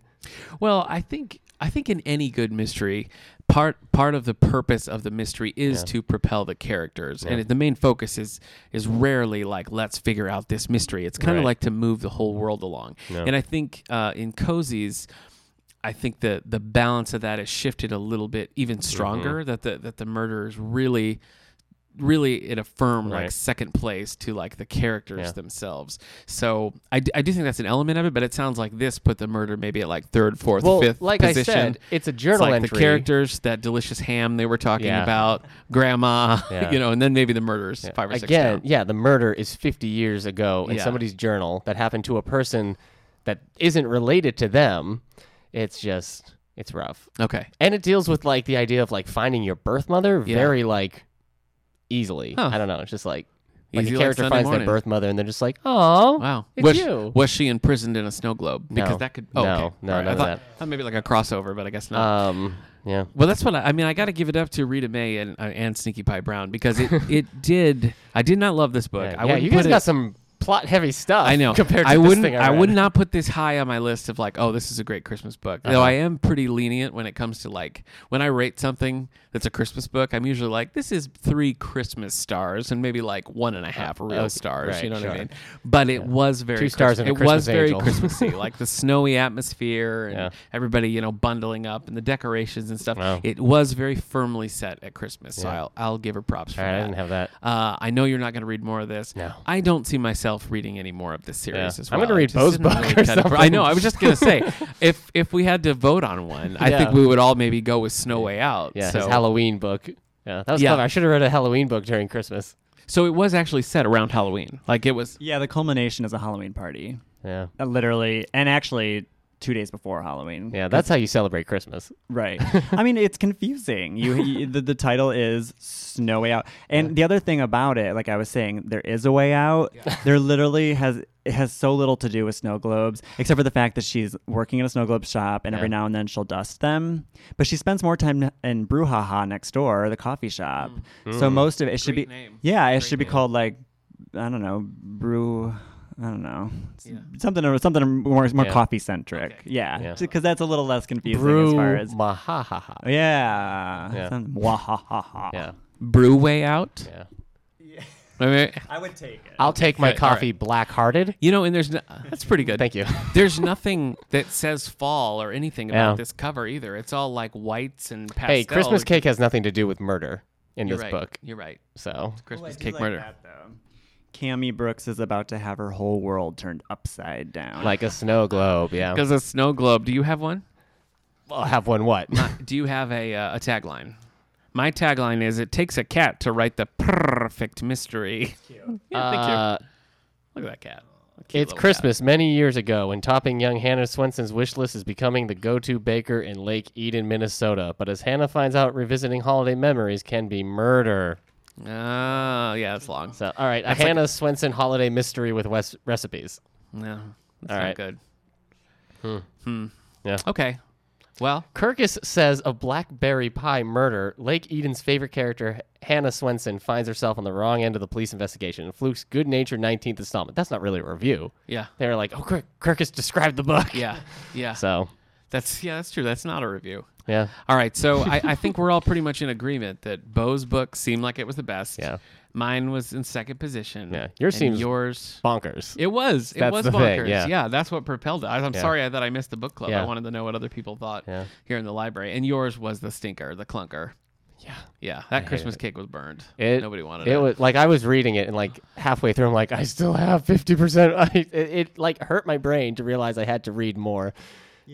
B: Well, I think I think in any good mystery, part part of the purpose of the mystery is to propel the characters, and the main focus is is rarely like let's figure out this mystery. It's kind of
A: Right.
B: like to move the whole world along. And I think uh, in cozies. I think the the balance of that is shifted a little bit
A: Mm-hmm.
B: even stronger. That the that the murder is really really in a firm like
A: Right.
B: second place to like the characters
A: Yeah.
B: themselves. So I, d- I do think that's an element of it, but it sounds like this put the murder maybe at like third, fourth,
A: Well,
B: fifth
A: like
B: position.
A: I said, it's a
B: it's
A: journal
B: like
A: entry.
B: the characters, that delicious ham they were talking
A: Yeah.
B: about, grandma,
A: *laughs* Yeah.
B: *laughs* you know, and then maybe the murders
A: Yeah.
B: five or six
A: Again,
B: down.
A: yeah, the murder is 50 years ago in
B: Yeah.
A: somebody's journal that happened to a person that isn't related to them. It's just, it's rough.
B: Okay.
A: And it deals with like the idea of like finding your birth mother
B: Yeah.
A: very like easily.
B: Huh.
A: I don't know. It's just like, like
B: Easy
A: a
B: like
A: character
B: Sunday
A: finds
B: morning.
A: their birth mother and they're just like, oh,
B: Wow.
A: It's
B: was,
A: you.
B: was she imprisoned in a snow globe? Because
A: No.
B: that could oh,
A: No,
B: okay.
A: no,
B: All right.
A: none
B: I
A: of
B: thought,
A: that.
B: thought maybe like a crossover, but I guess
A: *laughs*
B: not.
A: um, yeah.
B: Well, that's what I, I mean. I got to give it up to Rita Mae and uh, and Sneaky Pie Brown
A: *laughs*
B: because it, it did. I did not love this book.
A: Yeah,
B: I
A: yeah
B: wouldn't
A: you guys
B: put it,
A: got some plot heavy stuff.
B: I know.
A: *laughs* Compared to
B: I
A: this
B: wouldn't.
A: thing I,
B: I,
A: read.
B: would not put this high on my list of like, oh, this is a great Christmas book. Though
A: Uh-huh.
B: I am pretty lenient when it comes to like when I rate something that's a Christmas book. I'm usually like, this is three Christmas stars and maybe like one and a half real
A: Uh, okay,
B: stars.
A: right,
B: you know what
A: sure.
B: I mean? But it was very
A: Two stars
B: Christ-
A: and a
B: It
A: Christmas
B: was very
A: angel. *laughs*
B: Christmassy, like the snowy atmosphere and
A: Yeah.
B: everybody you know bundling up and the decorations and stuff.
A: Wow.
B: It was very firmly set at Christmas. So
A: Yeah.
B: I'll I'll give her props for
A: All right, I
B: that.
A: didn't have that.
B: Uh, I know you're not going to read more of this.
A: No.
B: I don't see myself reading any more of this series
A: Yeah.
B: as
A: I'm
B: well.
A: gonna read
B: It just
A: Bo's
B: didn't
A: book or
B: cut it for- *laughs* I
A: something.
B: know. I was just going
A: *laughs*
B: to say, if if we had to vote on one, I
A: Yeah.
B: think we would all maybe go with Snow Way Out.
A: Yeah,
B: so,
A: his Halloween book. Yeah, that was
B: Yeah.
A: clever. I should have read a Halloween book during Christmas.
B: so it was actually set around Halloween. Like it was.
C: Yeah, the culmination is a Halloween party.
A: Yeah.
C: Uh, literally, and actually two days before Halloween.
A: Yeah, that's how you celebrate Christmas.
B: *laughs*
C: Right. I mean, it's confusing. You, you the, the title is Snowy Out, and the other thing about it, like I was saying, there is a way out. There literally has it has so little to do with snow globes, except for the fact that she's working in a snow globe shop, and every
A: Yeah.
C: now and then she'll dust them. But she spends more time in Brouhaha next door, the coffee shop. So most of it, it should be
B: Mm. Great name.
C: yeah, it
B: Great
C: should be
B: name.
C: called like I don't know, brew. I don't know. S-
B: Yeah.
C: Something something more more
A: Yeah.
C: coffee centric.
B: Okay.
C: Yeah.
A: Yeah.
C: Because that's a little less confusing as far
A: Brew
C: as
A: Mahaha.
C: yeah.
A: Yeah.
C: Sound- Wahahaha.
A: Yeah,
B: Brew Way Out.
A: yeah.
B: I mean,
C: I would take it.
A: I'll take my
B: Okay, all right.
A: coffee black-hearted.
B: you know, and
A: *laughs*
B: there's no, that's pretty good.
A: Thank you.
B: There's nothing that says fall or anything about
A: Yeah.
B: this cover either. It's all like whites and
A: *laughs*
B: pastels.
A: hey, Christmas cake has nothing to do with murder in
B: You're
A: this
B: right.
A: book.
B: You're right.
A: So,
B: Christmas cake murder.
C: Cammy Brooks is about to have her whole world turned upside down.
A: like a snow globe, *laughs* yeah.
B: Because a snow globe. Do you have one?
A: I'll have one *laughs* what?
B: Do you have a uh, a tagline? My tagline is: It takes a cat to write the
A: *laughs*
B: perfect mystery. Yeah, thank you.
A: Uh,
B: Look at that cat. A cute
A: It's
B: little cat.
A: Christmas many years ago when topping young Hannah Swenson's wish list is becoming the go to baker in Lake Eden, Minnesota. But as Hannah finds out, revisiting holiday memories can be murder.
B: Oh, yeah, it's long.
A: So, all right, a Hannah Swenson holiday mystery with West recipes.
B: No, it's
A: All
B: not
A: right. Hmm.
B: good. Hmm.
A: Yeah.
B: Okay. Well,
A: Kirkus says of blackberry pie murder, Lake Eden's favorite character, Hannah Swenson, finds herself on the wrong end of the police investigation in Fluke's good natured 19th installment. That's not really a review.
B: yeah,
A: They're like, oh, Kirk- Kirkus described the book.
B: yeah, yeah.
A: *laughs* So,
B: That's yeah, that's true. That's not a review.
A: yeah.
B: All right, so I, I think we're all pretty much in agreement that Bo's book seemed like it was the best.
A: Yeah.
B: Mine was in second position.
A: Yeah, yours
B: and
A: seems-
B: yours
A: Bonkers.
B: It was. It
A: That's
B: was
A: the
B: bonkers.
A: thing, yeah.
B: that's what propelled it. I, I'm
A: Yeah.
B: sorry I, that I missed the book club. I
A: Yeah.
B: wanted to know what other people thought
A: Yeah.
B: here in the library. And yours was the stinker, the clunker.
A: Yeah.
B: Yeah, that Christmas cake was burned.
A: It-
B: Nobody wanted it.
A: It was like I was reading it and like halfway through, I'm like, I still have fifty percent. *laughs* It, it like hurt my brain to realize I had to read more.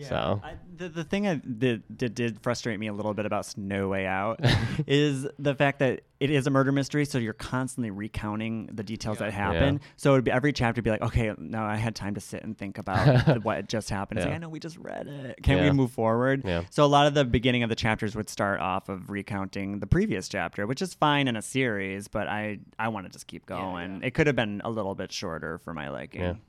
A: So
C: I, the, the thing I, that, that did frustrate me a little bit about Snow
A: *laughs*
C: Way Out is the fact that it is a murder mystery, so you're constantly recounting the details that happen. So it'd be, every chapter would be like, okay, now I had time to sit and
A: *laughs*
C: think about what just happened. It's like,
A: Yeah.
C: I know we just read it. Can we
A: Yeah.
C: move forward?
A: Yeah.
C: So a lot of the beginning of the chapters would start off of recounting the previous chapter, which is fine in a series, but I, I want to just keep going. It could have been a little bit shorter for my liking.
A: Yeah. *laughs*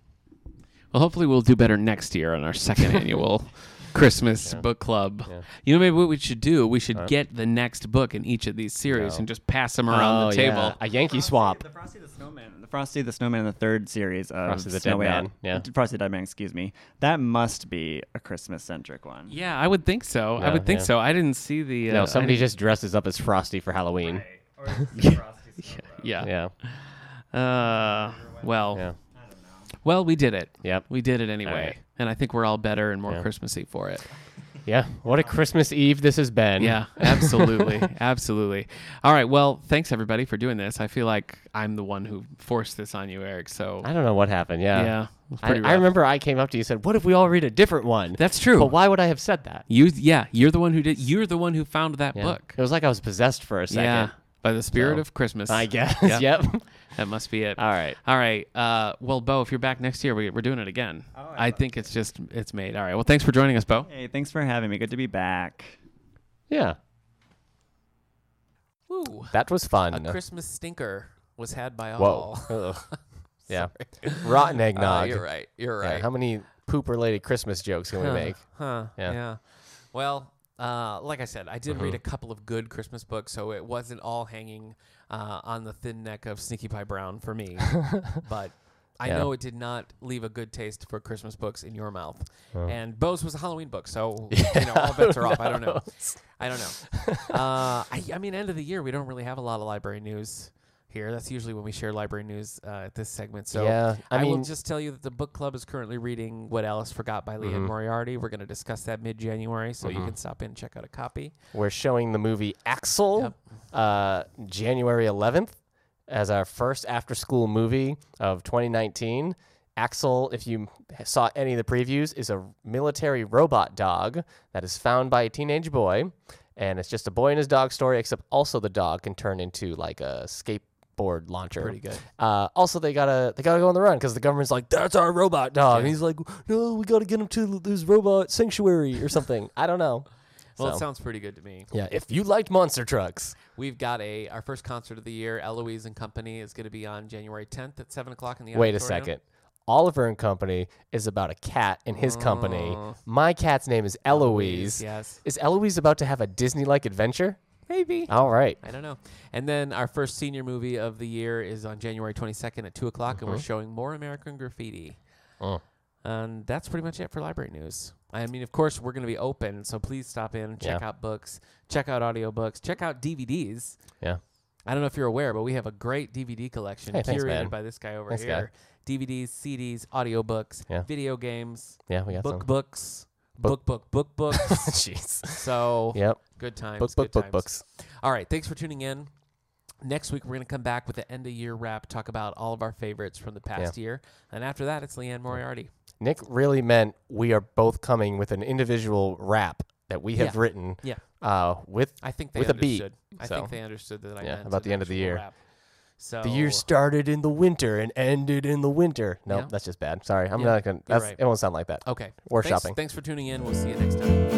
B: Well, hopefully we'll do better next year on our second annual
D: Christmas book club. You know, maybe what we should do, we should
A: Huh?
D: get the next book in each of these series
A: No.
D: and just pass them around the table.
A: Oh, A Yankee swap.
C: The Frosty the Snowman. The Frosty the Snowman in the third series of
A: Frosty the
C: Snow
A: Dead
C: Way
A: Man,
C: Out.
A: yeah.
C: Frosty the Dead Man, excuse me. That must be a Christmas centric one.
D: Yeah, I would think so. I
A: Yeah,
D: would think
A: yeah.
D: so. I didn't see the. Uh, I
A: no, somebody
D: didn't-
A: just dresses up as Frosty for Halloween.
C: Or Frosty
D: Yeah.
A: *laughs* Yeah.
D: Uh, well,
A: Yeah.
D: well, we did it.
A: Yep.
D: We did it anyway,
A: right.
D: and I think we're all better and more
A: Yeah.
D: Christmassy for it.
A: Yeah. What a Christmas Eve this has been.
D: Yeah,
A: *laughs*
D: absolutely, absolutely. All right. Well, thanks everybody for doing this. I feel like I'm the one who forced this on you, Eric. So
A: I don't know what happened. Yeah.
D: yeah, it was
A: I,
D: pretty
A: I
D: rough.
A: remember I came up to you and said, What if we all read a different one?
D: That's true.
A: But why would I have said that?
D: You yeah, you're the one who did. You're the one who found that
A: Yeah.
D: book.
A: It was like I was possessed for a second.
D: Yeah, by the spirit
A: So,
D: of Christmas. *laughs*
A: I guess.
D: Yeah.
A: *laughs* yep.
D: that must be it.
A: All right.
D: All right. Uh, well, Bo, if you're back next year, we, we're doing it again.
B: Oh,
D: I, think it's just it's made. All right. Well, thanks for joining us, Bo.
C: Hey, thanks for having me. Good to be back.
A: Yeah.
B: Woo.
A: That was fun.
B: A Christmas stinker was had by
A: Whoa.
B: all.
A: Ugh. yeah. Rotten
B: Ah,
A: eggnog.
B: you're right. You're
A: Yeah,
B: right.
A: How many poop related Christmas jokes can we
B: Huh,
A: make?
B: Huh.
A: Yeah. Mm-hmm.
B: Yeah. Well, uh, like I said, I did read a couple of good Christmas books, so it wasn't all hanging uh, on the thin neck of Sneaky Pie Brown
A: *laughs*
B: for me. but I
A: Yeah.
B: know it did not leave a good taste for Christmas books in your mouth.
A: Oh.
B: And Bose was a Halloween book,
A: *laughs*
B: so you know all bets are off. I don't know. I don't know.
A: *laughs*
B: uh, I, I mean, end of the year, we don't really have a lot of library news here. That's usually when we share library news uh, at this segment. So
A: Yeah, I
B: I, will
A: mean-
B: just tell you that the book club is currently reading What Alice Forgot by
A: Mm-hmm.
B: Leanne Moriarty. We're going to discuss that mid January, so you can stop in and check out a copy.
A: We're showing the movie Axel uh, January 11th as our first after school movie of 2019. Axel, if you m- saw any of the previews, is a military robot dog that is found by a teenage boy. And it's just a boy and his dog story, except also the dog can turn into like a skateboard launcher.
B: Pretty good.
A: Uh, also, they gotta they gotta go on the run because the government's like, "That's our robot dog," and he's like, "No, we gotta get him to this robot sanctuary or something." I don't know.
B: Well,
A: So.
B: it sounds pretty good to me.
A: Yeah, if you liked monster trucks,
B: We've got a our first concert of the year. Eloise and Company is going to be on January 10th at seven o'clock in the
A: wait a
B: auditorium.
A: second. Oliver and Company is about a cat and his company.
B: Oh.
A: My cat's name is Eloise.
B: Yes.
A: Is Eloise about to have a Disney-like adventure?
B: Maybe.
A: All right.
B: I don't know. And then our first senior movie of the year is on January 22nd at 2 o'clock, and we're showing more American Graffiti.
A: Mm-hmm. Oh.
B: And that's pretty much it for library news. I mean, of course, we're going to be open, so please stop in, check
A: Yeah.
B: out books, check out audiobooks, check out DVDs.
A: Yeah.
B: I don't know if you're aware, but we have a great DVD collection
A: Hey,
B: curated
A: thanks, man.
B: by this guy over
A: Thanks, guy.
B: here. DVDs, CDs, audiobooks,
A: Yeah.
B: video games,
A: Yeah, we got
B: book
A: some.
B: books, book book book
A: *laughs*
B: books.
A: Jeez.
B: so
A: Yep.
B: good times.
A: Book, book,
B: good
A: book,
B: times.
A: books.
B: All right, thanks for tuning in. Next week, we're going to come back with the end of year wrap, talk about all of our favorites from the past year. And after that, it's Leanne Moriarty.
A: Nick really meant we are both coming with an individual rap that we have
B: Yeah.
A: written
B: Yeah.
A: uh, with
B: I think they
A: With a beat,
B: understood. I
A: so.
B: think they understood that I
A: Yeah,
B: meant
A: about
B: an
A: the end of the
B: actual
A: year.
B: Wrap. So
A: The year started in the winter and ended in the winter. No,
B: Oh. Yeah.
A: that's just bad. Sorry, I'm
B: Yeah,
A: not gonna. That's,
B: right.
A: It won't sound like that.
B: Okay.
A: We're
B: Thanks-
A: shopping.
B: Thanks for tuning in. We'll see you next time.